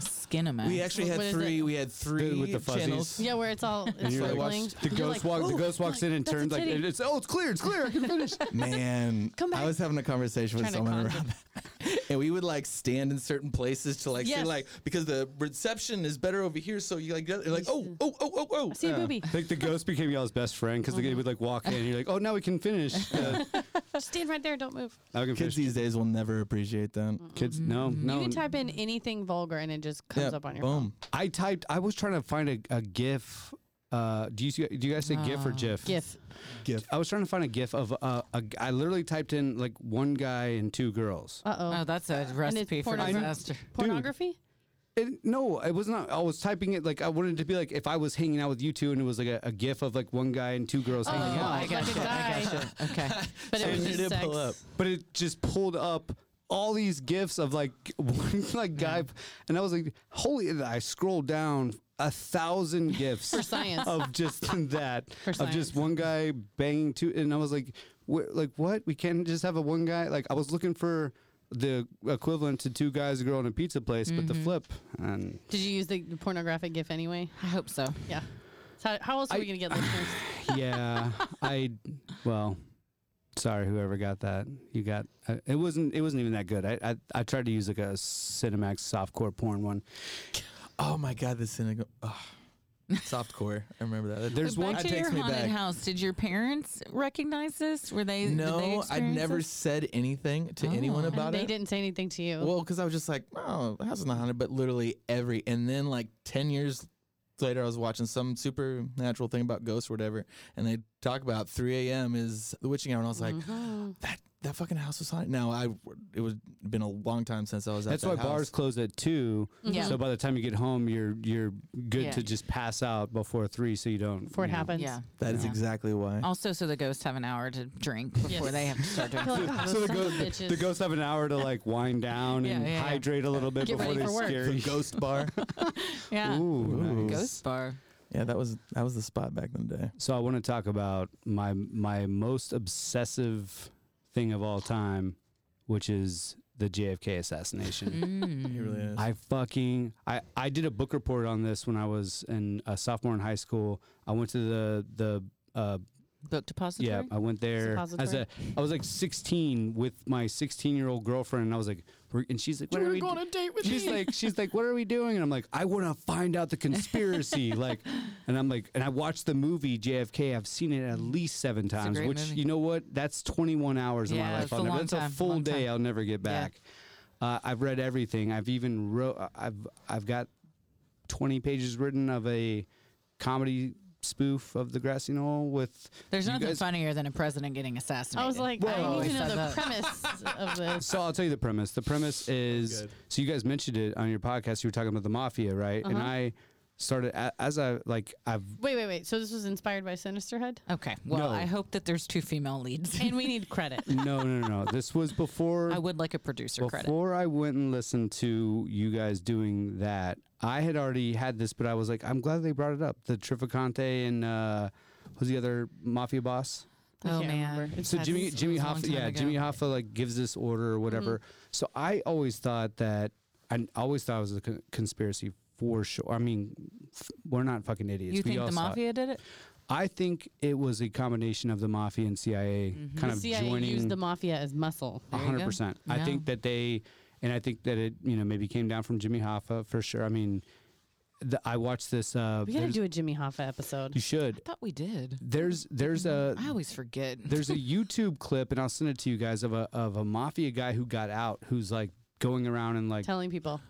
Skinemax.
We actually
What-
had
what is
three.
it?
We had three
with the fuzzies.
channels.
Yeah, where it's all it's
you're like,
circling.
The
You're
ghost
like,
walks. The
"Ooh,
ghost walks in and
that's a
turns like
titty."
it's. Oh, it's clear. It's clear. I can finish.
Man,
Come
I
back.
was having a conversation with
Trying to
someone
conjure.
around that, and we would like stand in certain places to like see
Yes.
like because the reception is better over here, so you like you're like oh oh oh oh oh.
I see a boobie.
like the ghost became y'all's best friend because they would like walk in. and You're like, oh, now we can finish. Uh,
Just stand right there. Don't move.
now we can
Kids
finish. Mm-hmm.
these days will never appreciate that.
Kids, no, no.
You can type in anything vulgar and it just comes
Yeah,
up on your phone.
boom.
I typed. I was trying to find a, a GIF. Uh, do you see- do you guys say GIF
Uh,
or GIF?
GIF.
GIF. I was trying to find a GIF of uh, a. g- I literally typed in like one guy and two girls.
Uh oh.
Oh, that's a recipe for
pornograph-
disaster.
Pornography?
It, no, it was not. I was typing it like I wanted it to be like if I was hanging out with you two and it was like a, a gif of like one guy and two girls hanging
Oh,
out.
I got
gotcha,
you. I
gotcha. Okay.
But it was
Send
just
it
sex.
pull up.
but it just pulled up all these gifs of like one like guy and i was like holy and i scrolled down
a thousand gifs
For science.
of just that
For
of
science.
just one guy banging two, and I was like, wh- like what? We can't just have a one guy. Like I was looking for the equivalent to two guys, a girl, in a pizza place, but
Mm-hmm.
the flip and.
Did you use the pornographic GIF anyway?
I hope so.
Yeah. So how, how else are we
I-
gonna get listeners?
yeah, I well, sorry whoever got that. You got uh, it wasn't it wasn't even that good. I I, I tried to use like a Cinemax softcore porn one.
Oh my god, the synagogue. Oh. Softcore. I remember that. That-
There's
Back
one-
that
to your
takes me
haunted
back.
house. Did your parents recognize this? Were they? did they
No, I
experience
never
this?
said anything to anyone
Oh. And
And
about
they
it.
didn't say anything to you.
Well, because I was just like, oh, the house is not haunted, but literally every. And then like ten years later, I was watching some supernatural thing about ghosts or whatever, and they talk about 3 a.m. is the witching hour, and I was like,
Mm-hmm.
that that fucking house was haunted. Now I, it was been a long time since I was.
That's
at
why
that
bars
house.
close at two.
Yeah.
So by the time you get home, you're you're good
Yeah.
to just pass out before three, so you don't.
before it
you know.
happens.
Yeah.
That is
Yeah.
exactly why.
Also, so the ghosts have an hour to drink before
Yes.
they have to start
I feel
drinking.
like, oh,
So
those
the
sons of
ghosts,
bitches.
the ghosts have an hour to like wind down
Yeah,
and
yeah, yeah.
hydrate a little bit
Get
before
ready
they
for work.
scare you.
Ghost bar.
yeah.
Ooh, nice.
Ghost bar.
yeah, that was that was the spot back in the day.
So I want to talk about my my most obsessive thing of all time, which is the JFK assassination.
Mm.
It really is.
I fucking I, I did a book report on this when I was in a sophomore in high school. I went to the the uh,
Book depository.
yeah I went there as
Suppository.
a I was like 16 with my 16 year old girlfriend and I was like we're, and she's like what are we do-"
date with
she's like she's like what are we doing and i'm like i want to find out the conspiracy like and i'm like and i watched the movie jfk i've seen it at least seven
a
times
great
which
movie.
you know what that's 21 hours of
Yeah,
my life
it's a
I'll never,
long
that's
time,
a full
long
day
time.
i'll never get
Yeah.
back uh, i've read everything i've even wrote i've i've got 20 pages written of a comedy spoof of the grassy knoll with
There's
you
nothing
guys-
funnier than a president getting assassinated.
I was like, I
Whoa.
need to know the
Said that.
premise of this.
So I'll tell you the premise. The premise is so you guys mentioned it on your podcast. You were talking about the mafia, right?
Uh-huh.
And I started a- as I like I've
Wait, wait, wait. So this was inspired by Sinisterhead?
okay. Well,
No.
I hope that there's two female leads.
And we need credit.
no no no. no. This was before
I would like a producer credit.
before I went and listened to you guys doing that. I had already had this, but I was like, I'm glad they brought it up. The Trifacante and uh, who's the other mafia boss?
I
Oh,
can't
man.
remember.
So
It's-
Jimmy
That's-
Jimmy
that was a long
Hoffa,
time
yeah,
ago. Mm-hmm.
Jimmy Hoffa like gives this order or whatever. So I always thought that, I always thought it was a con- conspiracy for sure. I mean, f- we're not fucking idiots.
You
we
think
all
the
saw it.
mafia did it?
I think it was a combination of the mafia and CIA kind
Mm-hmm.
The
of
CIA
joining
used the mafia as muscle.
a
There you
hundred
go.
percent. I
Yeah.
think that they, and I think that it, you know, maybe came down from Jimmy Hoffa for sure. I mean, the, I watched this. Uh,
We gotta
there's-
do a Jimmy Hoffa episode.
you should.
I thought we did.
There's there's a
I always forget.
there's a YouTube clip, and I'll send it to you guys of a of a mafia guy who got out, who's like going around and like,
Telling people.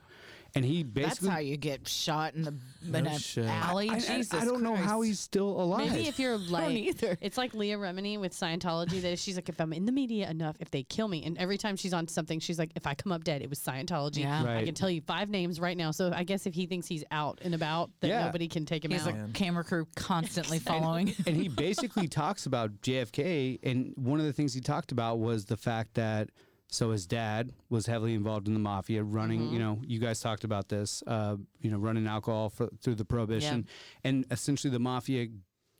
and he
That's
basically.
how you get shot in the in
No
an
shit.
alley.
I, I-
Jesus
I don't know how
Christ.
he's still alive.
Maybe if you're like,
either.
it's like Leah Remini with Scientology. That she's like, if I'm in the media enough, if they kill me, and every time she's on something, she's like, if I come up dead, it was Scientology.
Yeah.
I
Right.
can tell you five names right now. So I guess if he thinks he's out and about, that
Yeah.
nobody can take him
He has
out.
a camera crew constantly following.
and he basically talks about JFK. And one of the things he talked about was the fact that so his dad was heavily involved in the mafia, running.
Mm-hmm.
You know, you guys talked about this. Uh, you know, running alcohol for, through the prohibition, and essentially the mafia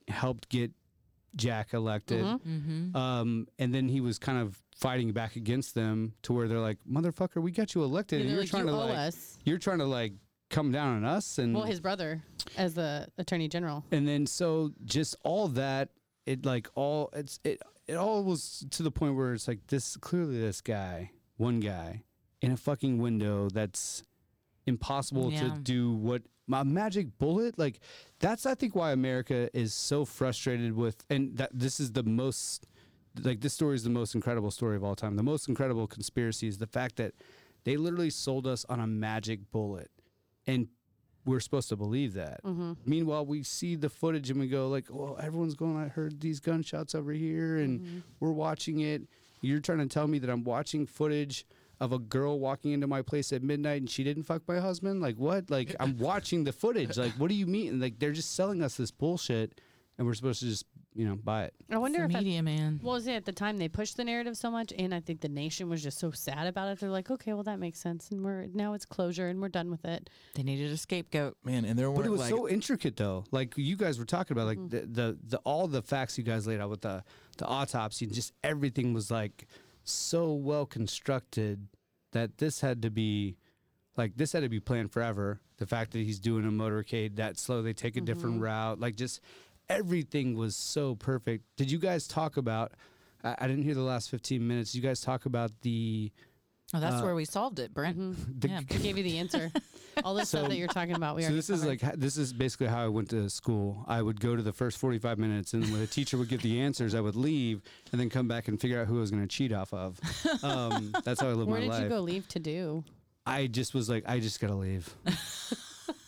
helped get Jack elected.
Mm-hmm.
Um, and then he was kind of fighting back against them to where they're like, "Motherfucker, we got you elected,
Yeah,
and
they're
you're
like,
trying
"You
to
owe
like, Hmm.
us."
you're trying to like come down on us." And
Well, his brother as the attorney general.
and then so just all that it like all it's it it all was to the point where it's like this clearly this guy one guy in a fucking window that's impossible
Yeah.
to do what my magic bullet like that's i think why america is so frustrated with and that this is the most like this story is the most incredible story of all time the most incredible conspiracy is the fact that they literally sold us on a magic bullet and we're supposed to believe that. Meanwhile, we see the footage and we go like, "Well, everyone's going. I heard these gunshots over here, and we're watching it." You're trying to tell me that I'm watching footage of a girl walking into my place at midnight and she didn't fuck my husband? Like what? Like I'm watching the footage. Like what do you mean? Like they're just selling us this bullshit, and we're supposed to just you know, buy it.
I wonder
It's
if
the
at-
media man.
Well, is it at the time they pushed the narrative so much, and I think the nation was just so sad about it. They're like, okay, well that makes sense, and we're now it's closure, and we're done with it.
They needed a scapegoat.
Man, and there
But
weren't
it was
like
so intricate, though. Like you guys were talking about, like the, the the all the facts you guys laid out with the the autopsy and just everything was like so well constructed that this had to be like this had to be planned forever. The fact that he's doing a motorcade that slow, they take a different route, like just everything was so perfect. Did you guys talk about? I, I didn't hear the last fifteen minutes. Did you guys talk about the
Oh, that's
Uh,
where we solved it, Brent.
Mm-hmm.
the
Yeah.
I gave you the answer. All this stuff that you're talking about, we
so
already
this is
covered.
like h- this is basically how I went to school. I would go to the first 45 minutes, and when the teacher would give the answers, I would leave and then come back and figure out who I was going to cheat off of. Um, that's how I lived
where
my
did
life.
you go leave to do?
I just was like, I just gotta leave.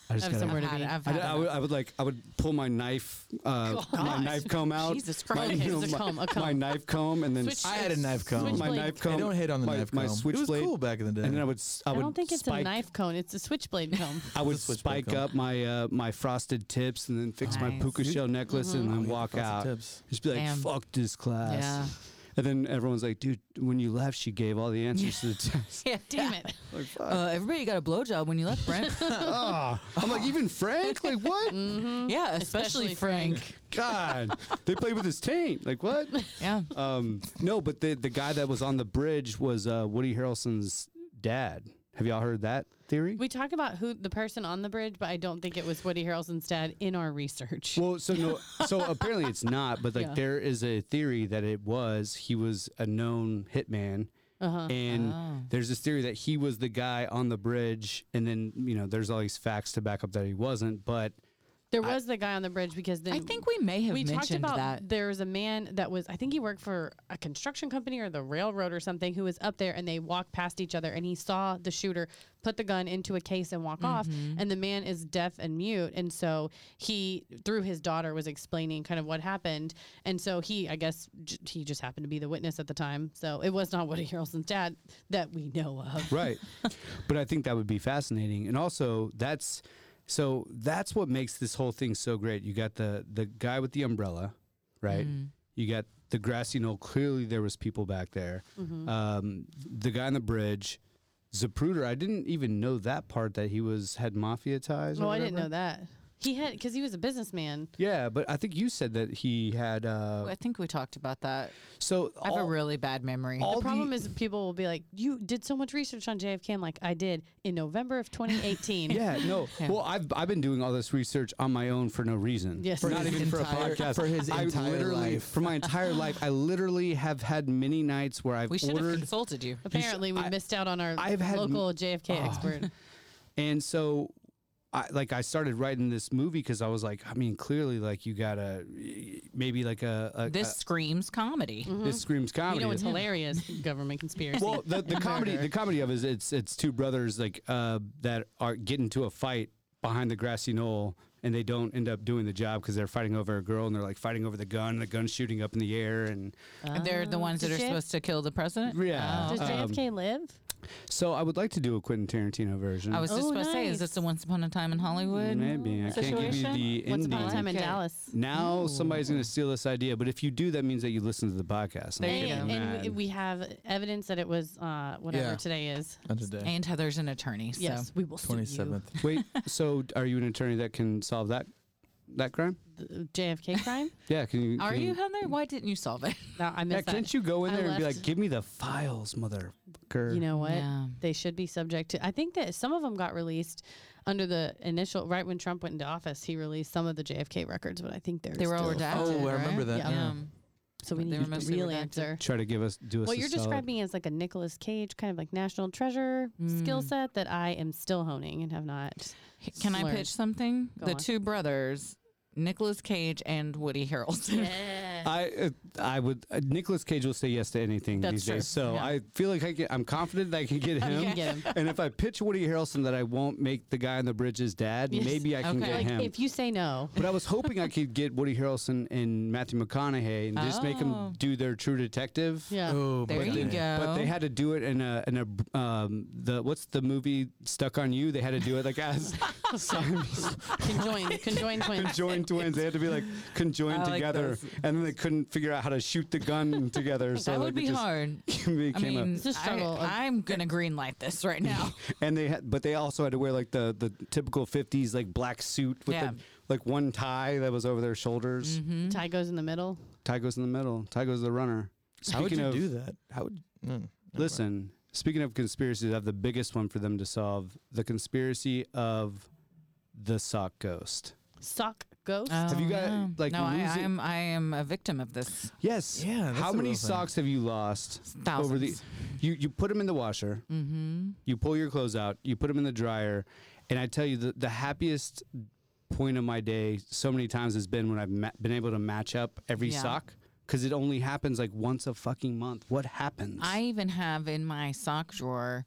I just
Have somewhere
gotta.
to
I've had
be.
I,
it, I've had
d- I
it.
would, I would like I would pull my knife uh, my knife comb out.
Jesus
my,
Christ.
Okay, so it's a
my,
comb, a
my
comb.
knife comb and then
Switch-
I had a knife comb.
my
Switchblade.
knife
They
comb.
don't hit on the
my,
knife
My
comb.
switchblade.
It was cool back in the day.
And then I would s- I
I,
would
don't think it's
spike,
a knife cone. It's a switchblade cone.
I would
That's what
spike
they call
up my uh, my frosted tips and then fix my
Nice. Mm-hmm.
puka shell necklace and
Oh,
then
yeah,
walk
frosted
out.
tips.
Just be like,
Damn.
"Fuck this class."
Yeah.
And then everyone's like, "Dude, when you left, she gave all the answers to the test."
Yeah,
Damn it!
Like, fuck.
Uh, everybody got a blowjob when you left, Brent.
Ah. I'm like, even Frank? Like, what?
yeah, especially,
Especially
Frank.
God, they played with his taint. Like, what?
Yeah.
Um, no, but the the guy that was on the bridge was uh, Woody Harrelson's dad. Have y'all heard that theory?
We talked about who the person on the bridge, but I don't think it was Woody Harrelson's dad in our research.
Well, so no, so apparently it's not, but like
Yeah.
there is a theory that it was. He was a known hitman,
Uh-huh.
and there's this theory that he was the guy on the bridge, and then you know there's all these facts to back up that he wasn't. But
There was the guy on the bridge because then
I think we may have
we talked
mentioned
about
that.
there was a man that was I think he worked for a construction company or the railroad or something who was up there and they walked past each other and he saw the shooter put the gun into a case and walk off
Mm-hmm.
and the man is deaf and mute and so he through his daughter was explaining kind of what happened and so he I guess j- he just happened to be the witness at the time so it was not Woody Harrelson's dad that we know of
right, but I think that would be fascinating, and also that's so that's what makes this whole thing so great. You got the the guy with the umbrella, right?
Mm-hmm.
You got the grassy knoll. Clearly, there was people back there.
Mm-hmm.
Um, the guy on the bridge. Zapruder, I didn't even know that part that he was had mafia ties.
well
or
Oh, I didn't
whatever.
know that he had because he was a businessman
Yeah, but I think you said that he had. Uh,
Oh, I think we talked about that.
so
I have a
all-
really bad memory.
all
the problem
the-
is people will be like, "You did so much research on JFK." I'm like, "I did in November of 2018."
Yeah, no. Well, I've I've been doing all this research on my own for no reason.
Yes. For
not
his
even for a
entire-
podcast.
for his
I
entire
literally,
life.
For my entire life, I literally have had many nights where I've
we should have
ordered
consulted you.
Apparently, we missed out on our
I've had m- Oh.
local JFK expert.
And so, I like I started writing this movie because I was like, I mean, clearly, like you gotta maybe like a, a
This screams comedy. Oh,
a- this screams comedy.
Mm-hmm. You know,
It's-
it's hilarious government conspiracy.
well, the, the
and
comedy
murder.
the comedy of it is it's it's two brothers like uh, that are get into a fight behind the grassy knoll and they don't end up doing the job because they're fighting over a girl and they're like fighting over the gun and the gun's shooting up in the air and
And they're the ones that
Oh, did
are
you-
supposed to kill the president. Oh,
yeah.
Does
um,
JFK live?
so I would like to do a Quentin Tarantino version.
I was just
Oh,
supposed to say,
nice. Mm-hmm.
is this the Once Upon a Time in Hollywood?
maybe I can't give
Situation?
you the
Once
ending.
upon a time in
Okay.
Dallas.
now somebody's going to steal this idea, but if you do, that means that you listen to the podcast. and
There
I'm
you
getting
And,
go.
and
mad.
we, we have evidence that it was uh, whatever
Yeah.
today is.
Not today.
And Heather's an attorney. So.
Yes, we will sue
Twenty
you.
seventh.
Wait, so are you an attorney that can solve that that crime?
The JFK crime?
Yeah, can you?
Are
can
you Heather? Why didn't you solve it?
no, I
Yeah,
missed that.
can't you go in
I
there and be
left-
like, "Give me the files, motherfucker"?
You know what?
Yeah.
They should be subject to. I think that some of them got released under the initial right when Trump went into office. He released some of the JFK records, but I think they're
They were all
still-
redacted.
Oh, I remember
right?
that,
Yeah.
yeah.
So we
They
need
were
the
mostly
real
redacted.
answer.
try to give us do us.
What
a
you're
solid-
describing is like a Nicolas Cage kind of like national treasure skill set that I am still honing and have not.
H- Can I
Slurred.
pitch something?
Go
the
on.
two brothers, Nicolas Cage and Woody Harrelson. Yeah.
I uh, I would uh, Nicolas Cage will say yes to anything
That's
these
true.
days. So
Yeah.
I feel like I get, uh, I'm confident that I can get him.
can get him.
And if I pitch Woody Harrelson that I won't make the guy on the bridge's dad,
Yes.
maybe I can
Okay.
get
Like
him.
if you say no,
but I was hoping I could get Woody Harrelson and Matthew McConaughey and just make
Oh.
them do their True Detective.
yeah.
Oh,
There
but
you
then-
go.
But they had to do it in a in a um the what's the movie Stuck on You? They had to do it like as Siamese
Conjoined, conjoined twins.
conjoined twins. They had to be like conjoined
I like
together,
those.
and then they couldn't figure out how to shoot the gun together. So
that
like,
would
it
be
just
hard.
Became
I mean,
It's a struggle of-
I, am gonna green light this right now.
a, and they had, but they also had to wear like the the typical '50s like black suit with
Yeah.
the, like one tie that was over their shoulders.
Tie goes in the middle.
Tie goes in the middle. Tie goes the runner.
How would you
of,
do that? How would Mm.
Listen, speaking of conspiracies, I have the biggest one for them to solve: the conspiracy of the sock ghost.
Sock ghost.
Have you
Oh,
got,
no.
like,
No, I, I
losing-
am. I am a victim of this.
Yes.
Yeah, that's
How
a
many
real thing.
socks have you lost over the?
Thousands.
You you put them in the washer.
Mm-hmm.
You pull your clothes out. You put them in the dryer, and I tell you the the happiest point of my day so many times has been when I've ma- been able to match up every
Yeah.
sock because it only happens like once a fucking month. What happens?
I even have in my sock drawer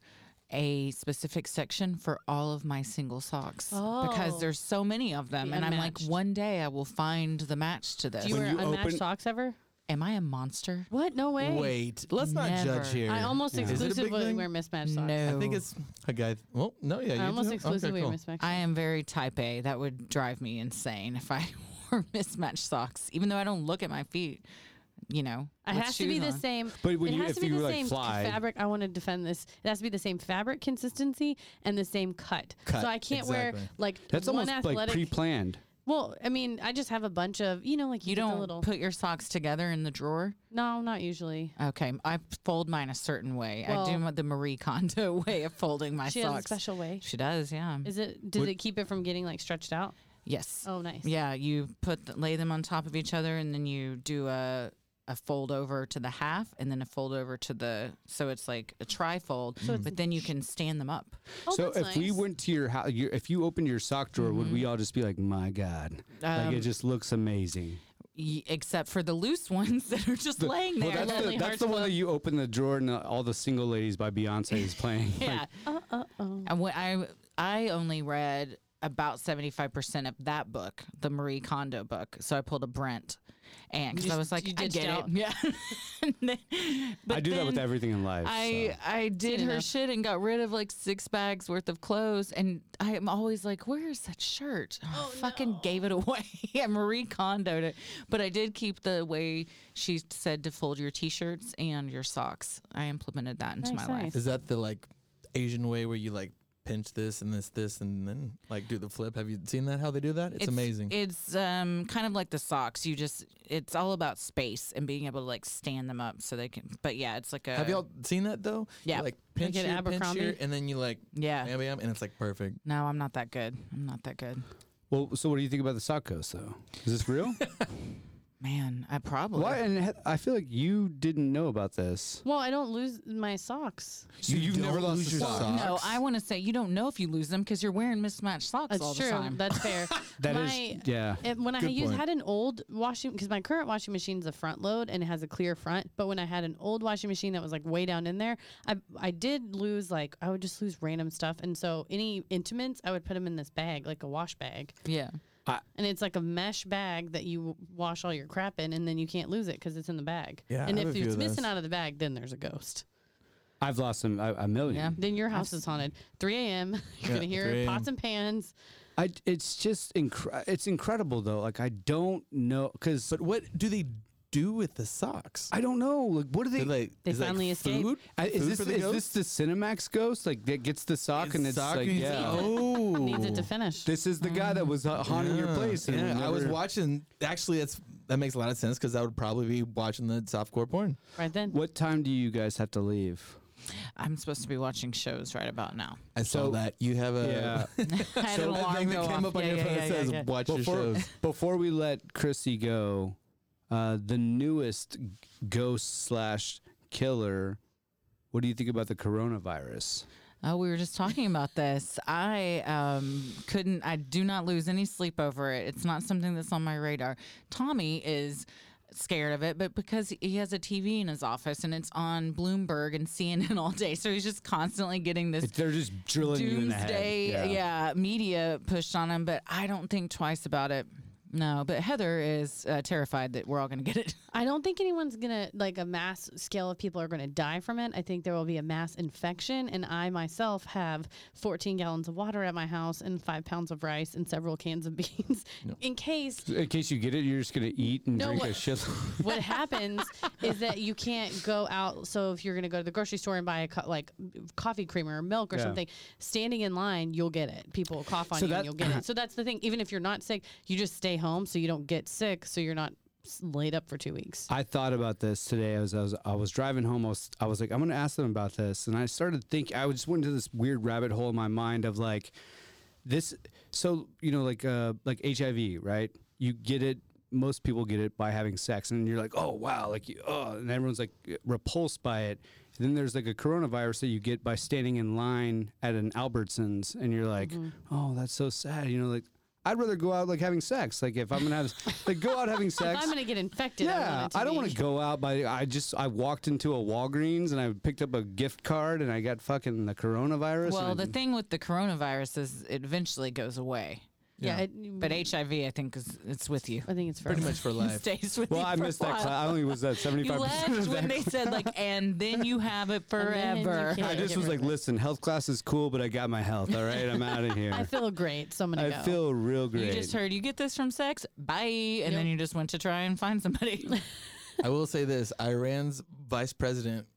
a specific section for all of my single socks
Oh.
because there's so many of them,
The
and I'm like,
unmatched.
one day I will find the match to this.
Do you
When
wear
you
unmatched
open-
socks ever?
Am I a monster?
What? No way.
Wait, let's not judge
Never.
here.
I almost
Is it a big
exclusively
thing?
wear mismatched socks.
No.
I think it's a guy. Well, no, yeah, you
I almost
do?
exclusively
okay, cool.
wear mismatched.
I am very type A. That would drive me insane if I wore mismatched socks, even though I don't look at my feet. You know,
It
with
has to be
shoes
the
on.
same.
But when
it
you-
has
if
to be
you
the
were, like,
same
fly-
fabric. I want to defend this. It has to be the same fabric consistency and the same cut.
Cut,
So I can't wear
exactly.
like
That's
one
almost
athletic.
like pre-planned.
well, I mean, I just have a bunch of you know, like you,
You
get the
don't
little.
put your socks together in the drawer.
no, not usually.
Okay, I fold mine a certain way. I do
Well-
it the Marie Kondo way of folding my
She
socks.
has a special way.
She does, yeah.
Is it? Does it keep it from getting like stretched out?
yes.
Oh, nice.
Yeah, you put the, lay them on top of each other, and then you do a a fold over to the half, and then a fold over to the so it's like a trifold. but then you can stand them up.
Oh,
so
that's
if we
nice.
went to your house, your, if you opened your sock drawer, would we all just be like, "My God, like it just looks amazing"?
Y- except for the loose ones that are just laying there.
Well, that's
Lonely
the, that's
Hearts
the one
Club.
that you open the drawer and uh, all the single ladies by Beyonce is playing.
yeah.
Uh, uh, oh.
And when I I only read about seventy five percent of that book, the Marie Kondo book. So I pulled a Brent, and because I
just-
was like,
you
I
ditched
get
out.
it. Yeah. And then-
I
but
do that with
then
everything in life.
I I did her
enough.
shit and got rid of like six bags worth of clothes, and I am always like, where is that shirt? Oh, I fucking gave it away. I Marie Kondo'd it, but I did keep the way she said to fold your t-shirts and your socks. I implemented that into
Nice,
my life.
nice.
Is that the like Asian way where you like pinch this and this this and then like do the flip? Have you seen that? How they do that? It's, amazing.
It's um kind of like the socks. You just it's all about space and being able to like stand them up so they can. But yeah, it's like a
Have y'all seen that though? You,
Yeah.
like pinch
at
here, pinch here,
Abercrombie?
and then you like
yeah.
bam bam, and it's like perfect.
No, I'm not that good. I'm not that good.
well, so what do you think about the sock ghost though? Is this real?
Man, I probably
Why? And he- I feel like you didn't know about this.
Well, I don't lose my socks.
So
You
you've never
don't
lost
lose
a
your
sock.
sock.
No, I want to say you don't know if you lose them because you're wearing mismatched socks
That's
all
true.
the time.
That's fair.
That is-
My-
yeah.
it- when I
Good
used,
point.
had an old washing, because my current washing machine's a front load and it has a clear front. But when I had an old washing machine that was like way down in there, I I did lose like I would just lose random stuff. And so any intimates, I would put them in this bag, like a wash bag,
yeah.
and it's like a mesh bag that you wash all your crap in, and then you can't lose it because it's in the bag.
Yeah, I
and
have
if
a few
it's
of
missing
those.
out of the bag, then there's a ghost.
I've lost some a, a million.
Yeah.
Then your house is haunted. 3 a.m. You're
Yeah,
gonna hear
3
pots
a.m..
and pans.
I, it's just incre- it's incredible though. Like I don't know because
But what do they do with the socks?
I don't know. Like what do
Do
they?
they,
They
is it, like,
finally escape.
Food?
I- is
Food
this
for the
the, is
ghost?
this the Cinemax ghost? Like that gets the sock and it's
Sock
like
and-
yeah.
Oh.
Needs it to finish.
This is the guy that was uh, haunting your
Yeah,
place. And
yeah, I was
never-
watching. Actually, that's that makes a lot of sense because I would probably be watching the softcore porn.
Right then.
What time do you guys have to leave?
I'm supposed to be watching shows right about now.
I saw that you have a
I had
so
an
that thing
alarm
that
go
came
off.
up on
Yeah,
your
yeah,
phone
yeah,
that says
yeah, yeah.
watch your
before,
shows.
before we let Chrissy go, uh, the newest g- ghost slash killer. What do you think about the coronavirus?
Oh, we were just talking about this. I um, couldn't, I do not lose any sleep over it. It's not something that's on my radar. Tommy is scared of it, but because he has a TV in his office and it's on Bloomberg and CNN all day, so he's just constantly getting this
They're just drilling you in the head.
doomsday, yeah. media pushed on him. But I don't think twice about it. No, but Heather is uh, terrified that we're all going to get it.
I don't think anyone's gonna like a mass scale of people are gonna die from it. I think there will be a mass infection, and I myself have 14 gallons of water at my house and five pounds of rice and several cans of beans in case
In case you get it, you're just gonna eat and
No,
drink
what-
a shit.
what happens is that you can't go out. So if you're going to go to the grocery store and buy a co- like coffee creamer or milk or
Yeah.
something, standing in line, you'll get it. People will cough on
So
you
that-
and you'll get it. So that's the thing. Even if you're not sick, you just stay home so you don't get sick. So you're not s- laid up for two weeks.
I thought about this today. I was I was, I was driving home. I was, I was like, I'm gonna ask them about this, and I started think. I just went into this weird rabbit hole in my mind of like, this. So you know, like uh, like HIV, right? You get it. Most people get it by having sex, and you're like, oh wow, like you- oh, and everyone's like repulsed by it. And then there's like a coronavirus that you get by standing in line at an Albertsons, and you're like, oh, that's so sad. You know, like. I'd rather go out like having sex. Like if I'm gonna have, like go out having sex.
If I'm going to get infected. I,
Yeah,
want it
I don't
be-
want to go out by. I just I walked into a Walgreens and I picked up a gift card and I got fucking the coronavirus.
Well,
and I-
the thing with the coronavirus is it eventually goes away.
Yeah,
But HIV, I think, is it's with you.
I think it's
Pretty
forever.
much for
It
life.
stays with
Well,
you.
I
for a
missed that.
while.
Class. I only was at seventy
You
five percent
left
of
when
that.
they said like, and then you have it
then you
forever.
can't
I
Yeah,
just
get
was
rid
like,
of it.
listen, health class is cool, but I got my health. All right, I'm out of here.
I feel great. So I'm going
I
to go.
feel real great.
You just heard you get this from sex, bye, and then you just went to try and find somebody.
I will say this: Iran's vice president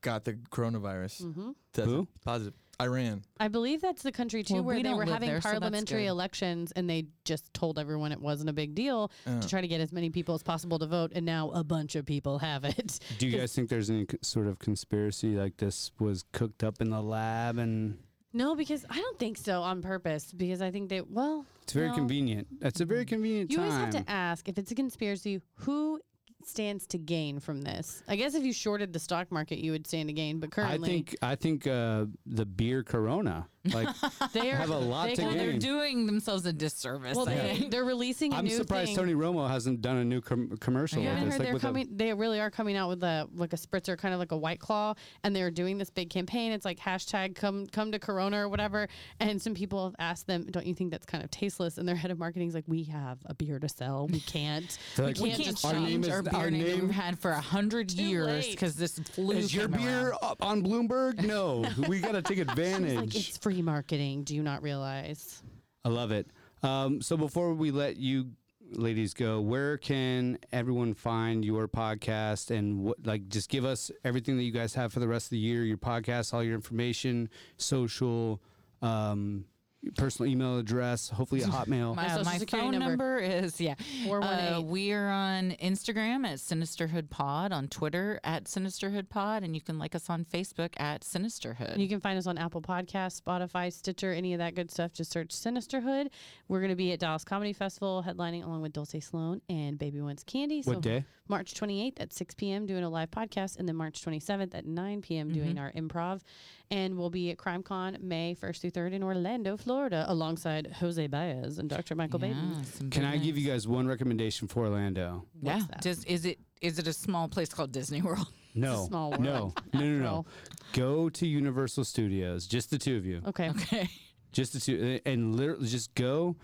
got the coronavirus. Tested
Who?
Positive. Iran.
I believe that's the country too,
Well,
where
we
they
don't
were
live
having
there, so that's
parliamentary
good.
elections and they just told everyone it wasn't a big deal to try to get as many people as possible to vote, and now a bunch of people have it.
Do you guys think there's any c- sort of conspiracy like this was cooked up in the lab and
No, because I don't think so on purpose. Because I think they well,
it's very
no.
convenient. That's a very convenient
You
time.
always have to ask if it's a conspiracy. Who stands to gain from this? I guess if you shorted the stock market, you would stand to gain. But
I
currently,
think I think uh, the beer Corona like
they are
have a lot
they
to
got-
gain.
They're doing themselves a disservice.
Well,
I
they,
think.
they're releasing. a
I'm
new
surprised
thing.
Tony Romo hasn't done a new com- commercial.
You
like
haven't
this,
heard
like
they're
with a-
coming. they really are coming out with a like a spritzer, kind of like a white claw, and they're doing this big campaign. It's like hashtag come come to Corona or whatever. And some people have asked them, don't you think that's kind of tasteless? And their head of marketing's like, we have a beer to sell. We can't. we,
like,
can't
we can't
just
our name
change
is-
our beer
our
name, that
name-
we've had for a hundred years
late.
because this flu
is your
came
beer
around.
up on Bloomberg? No, we got to take
It's
advantage.
like it's free marketing. Do you not realize?
I love it. Um, so before we let you ladies go, where can everyone find your podcast and what, like just give us everything that you guys have for the rest of the year, your podcast, all your information, social, um, your personal email address, hopefully a hotmail.
My,
Uh,
social
my
security
phone
phone number, is yeah. Uh,
418.
we are on Instagram at Sinisterhood Pod, on Twitter at Sinisterhood Pod, and you can like us on Facebook at Sinisterhood.
You can find us on Apple Podcasts, Spotify, Stitcher, any of that good stuff. Just search Sinisterhood. We're going to be at Dallas Comedy Festival headlining along with Dulce Sloan and Baby Wants Candy. So
What day?
March 28th at 6 p.m. doing a live podcast, and then March 27th at 9 p.m. doing
Mm-hmm.
our improv. And we'll be at CrimeCon May 1st through 3rd in Orlando, Florida, alongside Jose Baez and Dr. Michael Baden.
Yeah, some
Can
good
I give
names.
you guys one recommendation for Orlando?
Yeah.
that?
Does, is it is it a small place called Disney World?
No,
small world,
no, no, no, no.
all.
Go to Universal Studios, just the two of you,
Okay.
Okay.
just the two, uh, and literally just go,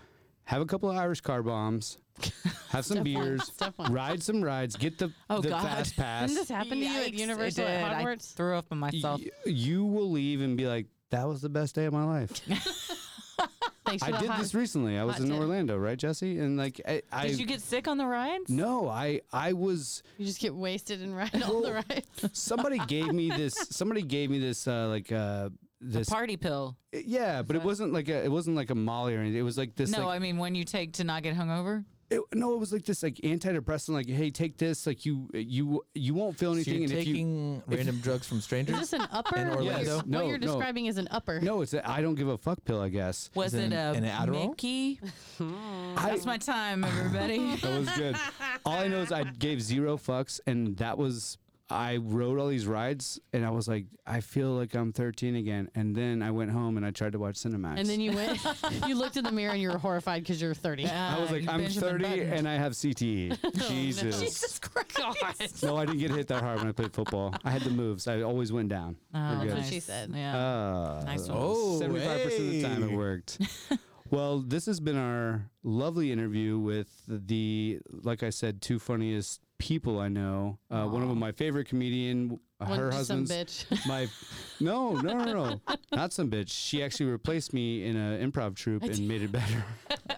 have a couple of Irish car bombs, have some beers,
step one.
ride some rides, get the
Oh,
the
God.
fast pass.
Didn't this happen to you
Yikes,
at
it
Universal
did.
at
I
Hogwarts?
threw up on myself.
Y- you will leave and be like, that was the best day of my life.
Thanks for
I
the
did
hot-
this recently. I was
hot
in
tip.
Orlando, right, Jesse? And like, I, I
Did you get sick on the rides?
no, I I was.
You just get wasted and ride all the rides.
Somebody gave me this. Somebody gave me this. Uh, like uh, this.
Party pill.
yeah, but it wasn't like a. It wasn't like a Molly or anything. It was like this.
No,
like,
I mean when you take to not get hungover.
it, no, it was like this, like antidepressant, like hey, take this, like you, you, you won't feel
So
anything,
you're
and if you,
taking random drugs from
Is
strangers.
this an upper?
In
What you're-
Orlando?
What you're,
No, no.
describing is an upper.
no, it's a, I don't give a fuck pill, I guess.
Was
it
it, a
an- an Adderall?
Mickey? That's my time, everybody.
That was good. All I know is I gave zero fucks, and that was I rode all these rides, and I was like, I feel like I'm 13 again. And then I went home and I tried to watch Cinemax.
And then you went, you looked in the mirror and you were horrified because you're 30.
I was like, I'm 30 and I have
Oh,
CTE. Jesus.
Jesus Christ.
No, I didn't get hit that hard when I played football. I had the moves. I always went down.
Oh,
We're good.
That's what she said.
Yeah.
Uh,
nice one.
Oh,
75% of the time it
hey.
worked. well, this has been our lovely interview with the, like I said, two funniest people I know. Uh, one of them, my favorite comedian.
One-
her
some
husband's
bitch.
my no no no no not some bitch she actually replaced me in an improv troupe and made it better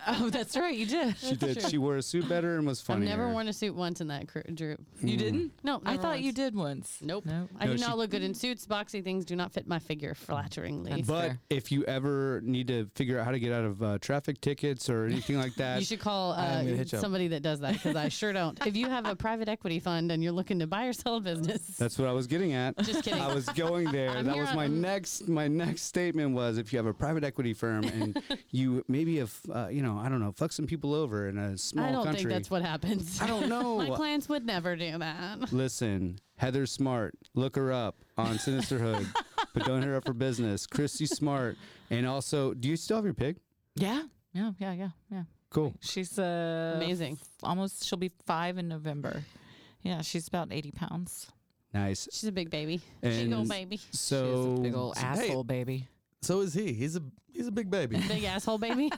Oh, that's right. You did.
she did she wore a suit better and was
I've
funny
never worn a suit once in that crew, droop.
You didn't?
No,
I
never
thought you
once.
did once.
Nope.
Nope.
I
No,
do
she-
not look good in suits. Boxy things do not fit my figure flatteringly.
That's
but
fair.
if you ever need to figure out how to get out of uh, traffic tickets or anything like that
You should call uh,
gonna hit you up.
somebody that does that because I sure don't. If you have a private equity fund and you're looking to buy or sell a business,
That's what I was getting at.
Just kidding.
I was going there.
I'm
that
here
was my
on-
next. My next statement was: if you have a private equity firm and you maybe if uh, you know, I don't know, fuck some people over in a small
I don't
country.
think that's what happens.
I don't know.
my clients would never do that.
Listen, Heather Smart, look her up on Sinisterhood, but don't hit her up for business. Christy Smart, and also, do you still have your pig?
Yeah. Yeah. Yeah. Yeah. Yeah.
Cool.
She's uh,
Amazing.
Almost, she'll be five in November. Yeah, she's about eighty pounds.
Nice.
She's a big baby.
And
Big old baby.
So
she is a big old
Hey.
asshole baby.
So is he. He's a he's a big baby.
Big asshole baby.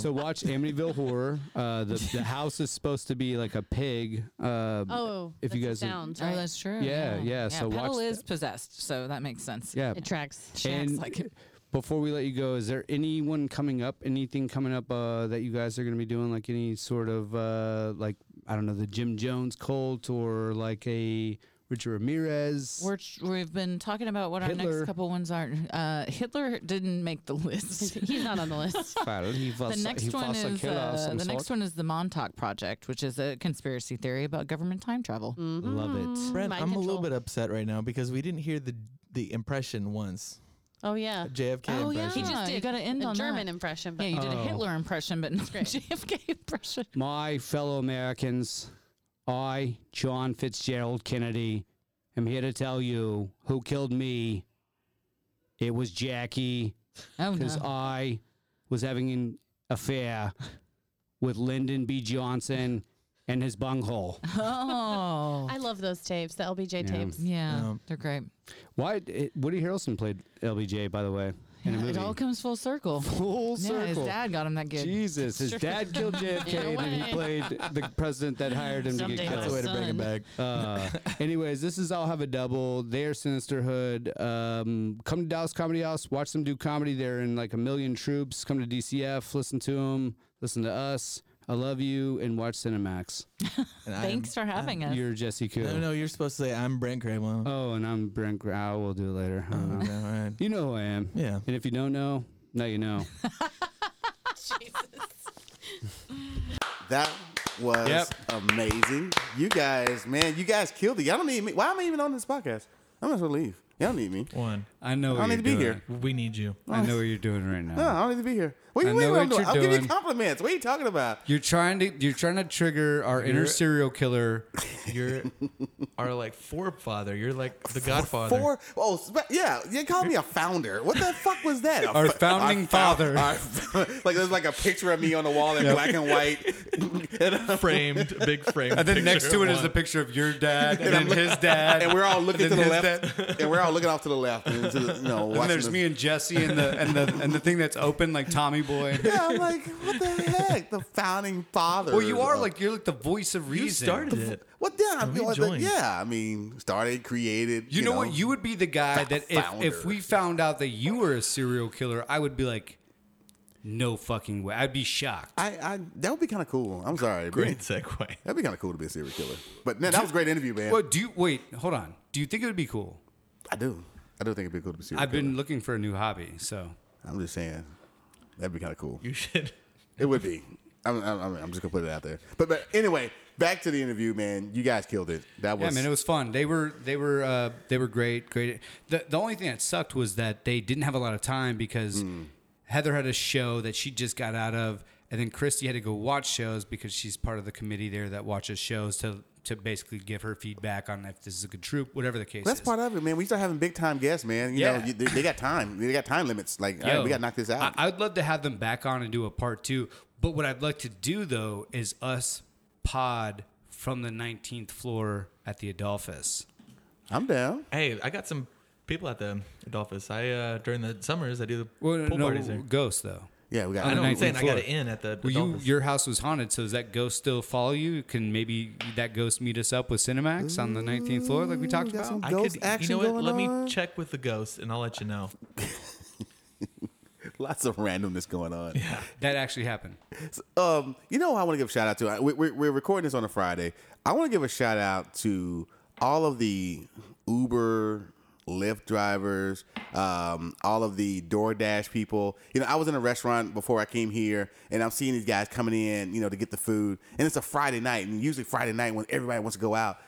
So watch Amityville Horror. Uh, the the house is supposed to be like a pig. Uh,
Oh,
If you
that's
guys are-
sounds
Oh,
right.
that's true.
Yeah, yeah, so
Petal
watch
is possessed, so that makes sense.
yeah.
it tracks.
She acts
And
like it.
before we let you go, is there anyone coming up? Anything coming up uh, that you guys are going to be doing? Like any sort of uh, like I don't know the Jim Jones Colt or like a Richard Ramirez.
We're, tr- we've been talking about what our
Hitler.
next couple ones are. Uh, Hitler didn't make the list.
He's not on the list.
Well, he was-
The
he
next one
was a
is
killer of
uh,
some
the next
sort.
one is the Montauk Project, which is a conspiracy theory about government time travel.
Love it.
Brent,
Mind
I'm a little
control.
bit upset right now because we didn't hear the the impression once.
Oh yeah.
JFK
Oh, yeah.
impression.
He just
you
did.
gotta end
a
on
German
that.
impression,
Yeah,
but
you did a
Oh.
Hitler impression, but not JFK impression.
My fellow Americans, I, John Fitzgerald Kennedy, am here to tell you who killed me. It was Jackie.
Oh
because
no!
I was having an affair with Lyndon B. Johnson and his bunghole.
Oh,
I love those tapes, the LBJ tapes.
yeah,
Yeah.
they're great.
Why? It, Woody Harrelson played LBJ, by the way, in a
Yeah,
movie.
it all comes full circle.
Full
Yeah, his
circle.
dad got him that gig.
Jesus, his dad killed JFK,
In a
and then
way.
he played the president that hired him to
Someday
get
That's the
killed.
way to bring him
son.
back.
Uh, anyways, this is I'll Have a Double. They're Sinisterhood. Um, come to Dallas Comedy House. Watch them do comedy. They're in like a million troops. Come to DCF. Listen to them. Listen to us. I love you. And watch Cinemax.
And I'm-
Thanks for having us.
You're Jesse Koo.
No, no, you're supposed to say I'm Brent Grable.
Oh, and I'm Brent. Gr- I will do it later. I
Uh-huh.
don't know.
Okay, all right.
You know who I am.
Yeah.
And if you don't know, now you know.
That was
Yep.
amazing. You guys, man, you guys killed it. Y'all don't need me. Why am I even on this podcast? I'm gonna leave. Y'all don't need me.
One.
I know. what
I don't need to
you're
be
doing.
here.
We need you.
I know what you're doing right now.
No,
Ah.
I don't need to be here. What do
I
you mean
know
what I'm
what
doing?
you're
I'm giving
doing.
you compliments. What are you talking about?
You're trying to you're trying to trigger our inner
You're-
serial killer.
You're our like forefather. You're like the godfather.
Four. Oh, spe- yeah. You called me a founder. What the fuck was that? A
Our
fa-
founding father.
our- like there's like a picture of me on the wall in black and white. and, I'm-
Framed, big framed.
And then next to it is a
the
picture of your dad and, then his dad.
and we're all looking
And
to the
then his
left. and we're all looking off to the left. And to the, you know,
And
watching
there's
this-
me and Jesse and the and the and the thing that's open like Tommy Boy.
Yeah, I'm like, what the heck? The founding father.
Well, you are
of-
like you're like the voice of reason.
You started it.
What yeah,
And we
you know,
joined.
yeah, I mean, started, created.
You, know, what? You would be the guy
the
that if, if
founder.
we found out that you were a serial killer, I would be like, no fucking way. I'd be shocked.
I, I that would be kind of cool. I'm sorry, but
Great segue.
That'd be kind of cool to be a serial killer. But man, that was a great interview, man.
Well, do you wait? Hold on. Do you think it would be cool?
I do. I do think it'd be cool to be a serial
I've
killer.
been looking for a new hobby, so
I'm just saying, that'd be kind of cool.
You should.
It would be. I'm, I'm, I'm just gonna put it out there. But but anyway, back to the interview, man. You guys killed it. That was.
yeah, man, it was fun. They were they were uh, they were great. Great. The the only thing that sucked Hmm. was that they didn't have a lot of time because Heather had a show that she just got out of, And then Christy had to go watch shows because she's part of the committee there that watches shows to to basically give her feedback on if this is a good troop, whatever the case
That's
is.
part of it, man. We start having big time guests, man. You know,
Yeah.
you, they, they got time. They got time limits. Like, all right,
Yo,
we got to knock this out.
I, I would love to have them back on and do a part two. But what I'd like to do though is us pod from the 19th floor at the Adolphus.
I'm down.
Hey, I got some people at the Adolphus. I uh, during the summers I do the
Well,
pool
no,
parties there.
ghost though.
Yeah, we got.
I know what I'm
19th
saying. I got
floor.
it in at the
Well, you,
Adolphus.
your house was haunted, so does that ghost still follow you? Can maybe that ghost meet us up with Cinemax on the 19th floor, like we talked
got some
about?
I
ghost
could,
action
you know what?
going
Let
on?
me check with the ghost and I'll let you know.
Lots of randomness going on.
That actually happened.
Um, you know, who I want to give a shout out to. I- We, we're, we're recording this on a Friday. I want to give a shout out to all of the Uber, Lyft drivers, um, all of the DoorDash people. You know, I was in a restaurant before I came here, and I'm seeing these guys coming in, you know, to get the food. And it's a Friday night, and usually Friday night when everybody wants to go out.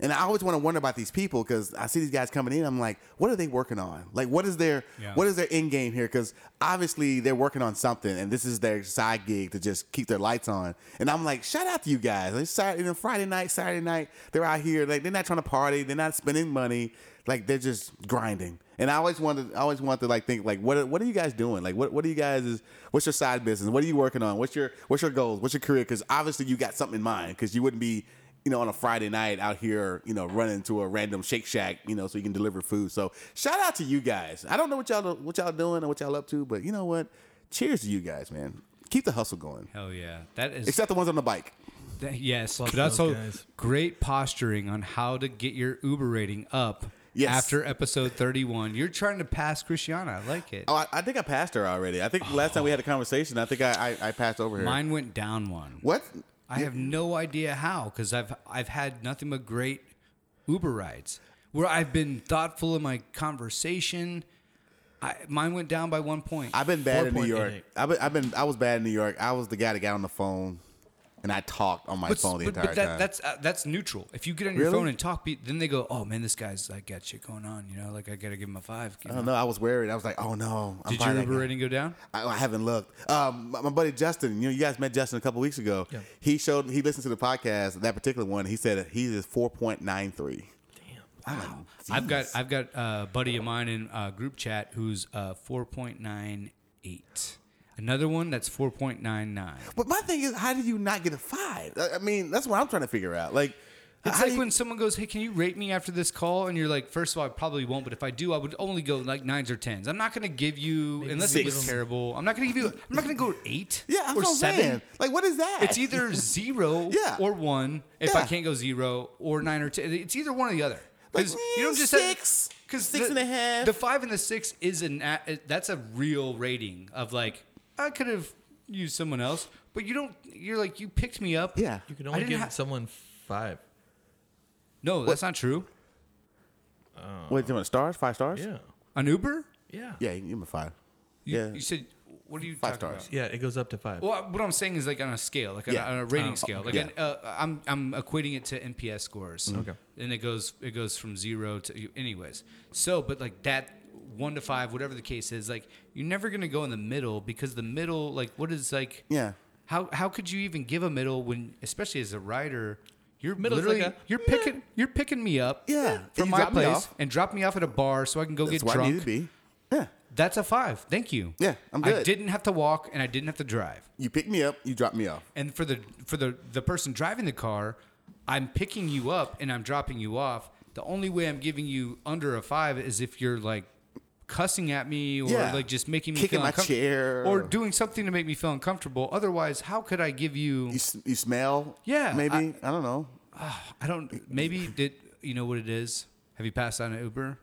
And I always want to wonder about these people because I see these guys coming in. I'm like, what are they working on? Like, what is their
Yeah.
what is their end game here? Because obviously they're working on something, and this is their side gig to just keep their lights on. And I'm like, shout out to you guys. It's Saturday, you know, Friday night, Saturday night. They're out here. Like, they're not trying to party. They're not spending money. Like, they're just grinding. And I always wanted, I always want to like think like, what are, what are you guys doing? Like, what what are you guys is what's your side business? What are you working on? What's your what's your goals? What's your career? Because obviously you got something in mind. Because you wouldn't be you know, on a Friday night out here, you know, running to a random Shake Shack, you know, so you can deliver food. So shout out to you guys. I don't know what y'all what y'all doing or what y'all up to, but you know what? Cheers to you guys, man. Keep the hustle going.
Hell yeah, that is
Except the ones on the bike.
that- yes, but
those
also
guys.
great posturing on how to get your Uber rating up.
Yes.
After episode 31, you're trying to pass Christiana. I like it.
Oh, I, I think I passed her already. I think last time we had a conversation, I think I I, I passed over her.
Mine went down one.
What?
I have no idea how because I've I've had nothing but great Uber rides where I've been thoughtful in my conversation. I, mine went down by one point.
I've been bad in New
4.88.
York. I've been, I've been I was bad in New York. I was the guy that got on the phone and I talked on my phone the entire
that,
time.
That's uh, that's neutral. If you get on your
Really?
phone and talk, pe- then they go, "Oh man, this guy's like got shit going on." You know, like I gotta give him a five. you
I
know?
don't know. I was worried. I was like, oh no. Oh, I'm
Did
probably
your
that
Uber
guy.
rating go down?
I, I haven't looked. Um, my, my buddy Justin, you know, you guys met Justin a couple weeks ago.
Yeah.
He showed he listened to the podcast, that particular one. He said he is four point nine three.
I've got I've got a buddy of mine in uh, group chat who's uh, four point nine eight. Another one that's four point nine nine.
But my thing is, how did you not get a five? I, I mean, that's what I'm trying to figure out. Like,
It's
how do
like
you-
when someone goes, "Hey, can you rate me after this call?" And you're like, first of all, I probably won't, but if I do, I would only go like nines or tens. I'm not gonna give you unless it
six.
was terrible. I'm not gonna give you. I'm not gonna go eight.
yeah, I'm
or
so
seven.
saying. Like, what is that?
It's either zero
Yeah.
or one. If I
Yeah.
can't go zero or nine or ten, it's either one or the other. Because
Like,
you don't
mm,
just
six,
because
six and a half.
The five and the six is an a- that's a real rating of like I could have used someone else, but you don't. You're like you picked me up.
yeah.
You can
I
only
didn't
give
ha-
someone five.
No, that's not true.
Wait, you want stars? Five stars?
Yeah.
An Uber?
Yeah.
Yeah, you can give him a five.
You,
yeah.
You said what are you
Five
talking
stars.
About?
Yeah, it goes up to five.
Well, what I'm saying is like on a scale, like on,
Yeah.
a, on a rating scale. Like
Yeah.
an, uh, I'm I'm equating it to NPS scores.
Okay.
And it goes it goes from zero to anyways. So, but like that one to five, whatever the case is, like you're never gonna go in the middle because the middle, like what is like
Yeah.
How how could you even give a middle when, especially as a writer. You're
Middle's
literally
like a,
you're picking you're picking me up
Yeah.
from
You
my
drop me
place
off.
and drop me off at a bar so I can go get
That's where I need
drunk.
to be. Yeah.
That's a five. Thank you.
Yeah, I'm
I
good.
didn't have to walk and I didn't have to drive.
You pick me up. You drop me off.
And for the for the the person driving the car, I'm picking you up and I'm dropping you off. The only way I'm giving you under a five is if you're like cussing at me or
Yeah.
like just making me
Kicking
feel
my
uncom-
chair.
or doing something to make me feel uncomfortable. Otherwise, how could I give you?
You, s- you smell.
Yeah,
Maybe
I-
I don't know.
I don't. Maybe did you know what it is? Have you passed on an Uber?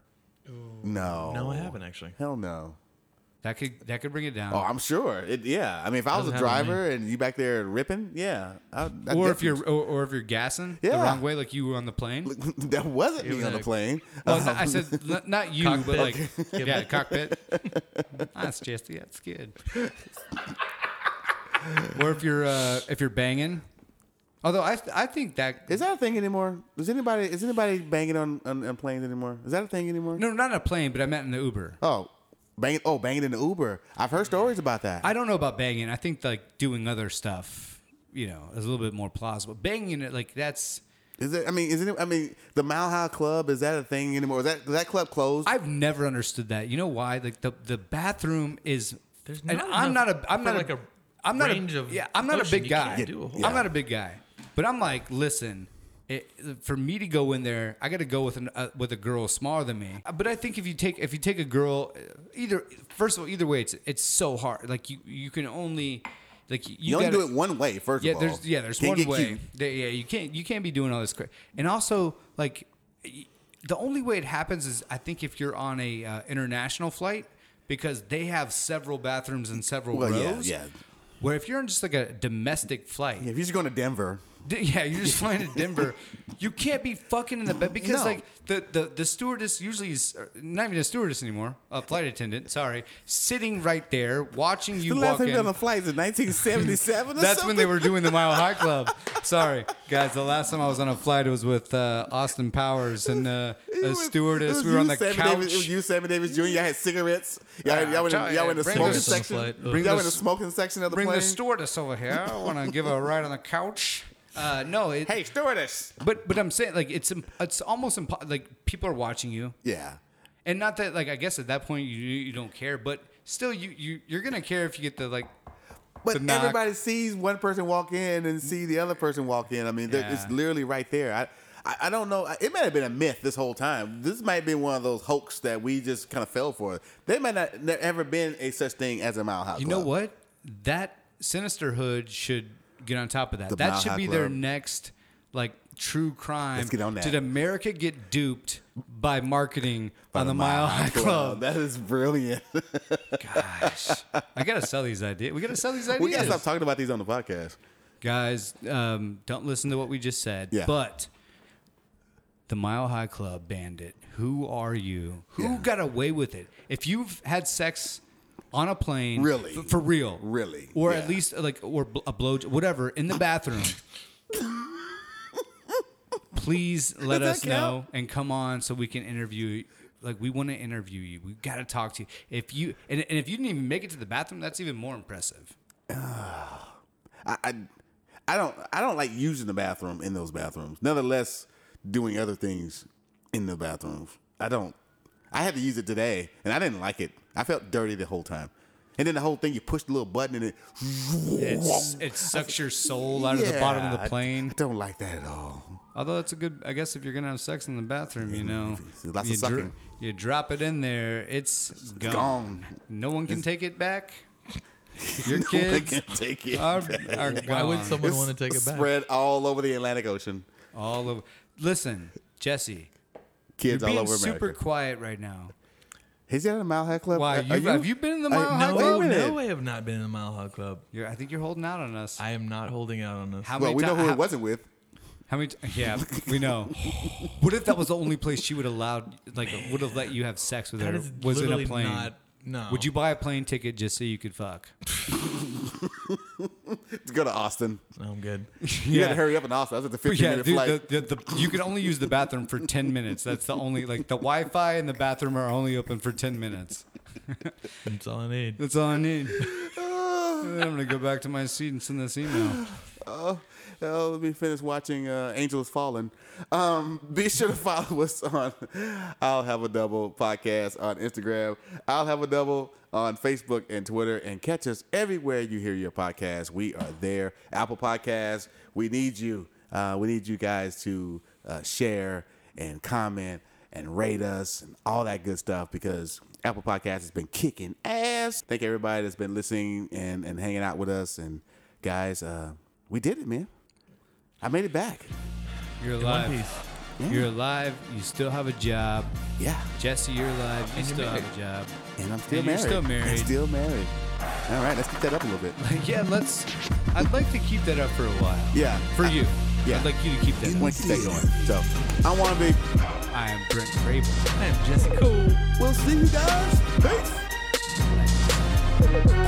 No.
no, I haven't actually.
Hell no.
That could that could bring it down.
Oh, I'm sure. It, yeah. I mean, if I was a
Doesn't happen to me.
driver and you back there ripping, yeah. I, I
or if
definitely-
you're or, or if you're gassing the
Yeah.
wrong way, like you were on the plane.
that wasn't me
was
on the
a-
plane.
Well, no, I said n- not you, but
Cockpit.
like yeah, cockpit. That's just that's good. or if you're uh, if you're banging, although I I think that
Is that a thing anymore? Is anybody is anybody banging on, on, on planes anymore? Is that a thing anymore?
no, not in a plane, but I meant in the Uber.
Oh, Bang, oh, banging in the Uber. I've heard stories about that.
I don't know about banging. I think like doing other stuff, you know, is a little bit more plausible. Banging it like that's
Is it? I mean, isn't it? I mean, the Mile High Club is that a thing anymore? Is that is that club closed?
I've never understood that. You know why? Like the the bathroom is.
There's
and
not
I'm
enough
not a. I'm
for,
not
like,
a.
a
I'm not
range
a,
of
Yeah, I'm not a
motion.
big
You
guy.
can't do a whole
I'm not a big guy, but I'm like, listen. It, for me to go in there, I got to go with an uh, with a girl smaller than me. But I think if you take if you take a girl, uh, either first of all, either way, it's it's so hard. Like you you can only like you,
you, only
gotta-
do it one way. First
yeah,
of all,
there's yeah, there's
Can't
one
get
way.
cute.
They- yeah, you can't you can't be doing all this cra And also, like, y- the only way it happens is I think if you're on a uh, international flight because they have several bathrooms and several
Well, yeah,
rows.
yeah.
Where if you're on just like a domestic flight,
Yeah, if you're just going to Denver,
D- Yeah, you're just flying to Denver. You can't be fucking in the bed because
No.
like the, the the stewardess usually is or not even a stewardess anymore, a flight attendant. Sorry, sitting right there watching you
the
walk
last time
in.
you done a flight is in 1977. or
That's when they
something?
were doing the Mile High Club. Sorry, guys. The last time I was on a flight, it was with uh, Austin Powers and uh,
It
a
was- it
stewardess.
was
We were on
you,
the
Sammy Davis, it was
couch.
you, Sammy Davis Jr. Y'all had cigarettes. Y'all,
Yeah,
y'all, in,
try-
y'all in the
bring
smoking
the-
section. Y'all
bring
in
the-
the smoking section of the
Bring
plane.
the stewardess over here. I want to give her a ride on the couch. Uh, no, it,
hey, stewardess.
but but I'm saying like it's imp- it's almost impo- like people are watching you,
Yeah.
and not that like I guess at that point you you don't care, but still you you you're gonna care if you get the like
But
to knock.
everybody sees one person walk in and see the other person walk in. I mean, there it's
Yeah.
literally right there. I, I, I don't know. It might have been a myth this whole time. This might have been one of those hoax that we just kind of fell for. There might not there ever been a such thing as a mile high.
You know
Club.
what? That sinister hood should get on top of that.
The Mile
that should
High
be their
Club.
next like true crime.
Let's get on that.
Did America get duped by marketing on the Mile High Club?
That is brilliant.
Gosh, I gotta sell these ideas. We gotta sell these ideas.
we gotta stop talking about these on the podcast.
Guys, um, don't listen to what we just said.
Yeah.
But the Mile High Club bandit, who are you? Who got away with it? If you've had sex on a plane,
Really?
f- for real,
Really,
or
yeah.
at least like or bl- a blow, whatever, in the bathroom. Please let us know and come on so we can interview. you. Like we want to interview you. We got to talk to you. If you and, and if you didn't even make it to the bathroom, that's even more impressive.
I, I I don't I don't like using the bathroom in those bathrooms. Nonetheless, doing other things in the bathrooms. I don't. I had to use it today, and I didn't like it. I felt dirty the whole time. And then the whole thing, you push the little button and it.
It's, it sucks your soul out of the bottom of
Yeah, I-
the plane.
I don't like that at all.
Although that's a good, I guess if you're gonna have sex in the bathroom, you know,
There's lots of
you,
sucking.
you drop it in there, it's gone.
gone.
No one can take it back. Your
I
kids
can't take it.
are, are gone.
Why would someone want to take it back?
Spread all over the Atlantic Ocean.
all over? Listen, Jesse,
Kids
you're
all
being
over
super
America.
quiet right now. Is
Is that a Mile High Club?
Why
Are-
you,
are
have you been in the
Are-
Mile High
No,
Wait a
Club?
minute.
no, I have not been in the Mile High Club.
You're, I think you're holding out on us.
I am not holding out on us.
how
Well,
many
we know
ti-
who
how,
it wasn't with.
How many? T- yeah, we know. what if that was the only place she would allowed, like, would have let you have sex with
That
her?
is
Was in a
literally
plane?
not- no.
Would you buy a plane ticket just so you could fuck?
Let's go to Austin.
No, I'm good.
You had to hurry up in Austin. That's at the 15
yeah,
minute
dude,
flight.
the, the, the, you can only use the bathroom for 10 minutes. That's the only, like, the Wi Fi and the bathroom are only open for 10 minutes.
That's all I need.
That's all I need. And then I'm going to go back to my seat and send this email.
Oh, let me finish watching uh, Angels Fallen. Um, be sure to follow us on I'll Have a Double podcast on Instagram, I'll Have a Double on Facebook and Twitter, and catch us everywhere you hear your podcast. We are there. Apple Podcasts, we need you. Uh, we need you guys to uh, share and comment and rate us and all that good stuff because Apple Podcast has been kicking ass. Thank everybody that's been listening and, and hanging out with us. And guys, uh, we did it, man. I made it back.
You're
One
alive.
piece.
You're alive. You still have a job.
Yeah.
Jesse, you're alive. You still have a job.
And I'm still
And you're
married.
still married.
I'm still married. All right, let's keep that up a little bit.
yeah, let's. I'd like to keep that up for a while.
Yeah.
For you.
yeah.
I'd like you to keep that up.
Once you stay going. So, I want to be.
I am Brent Craven.
I am Jesse Cole.
We'll see you guys. Peace.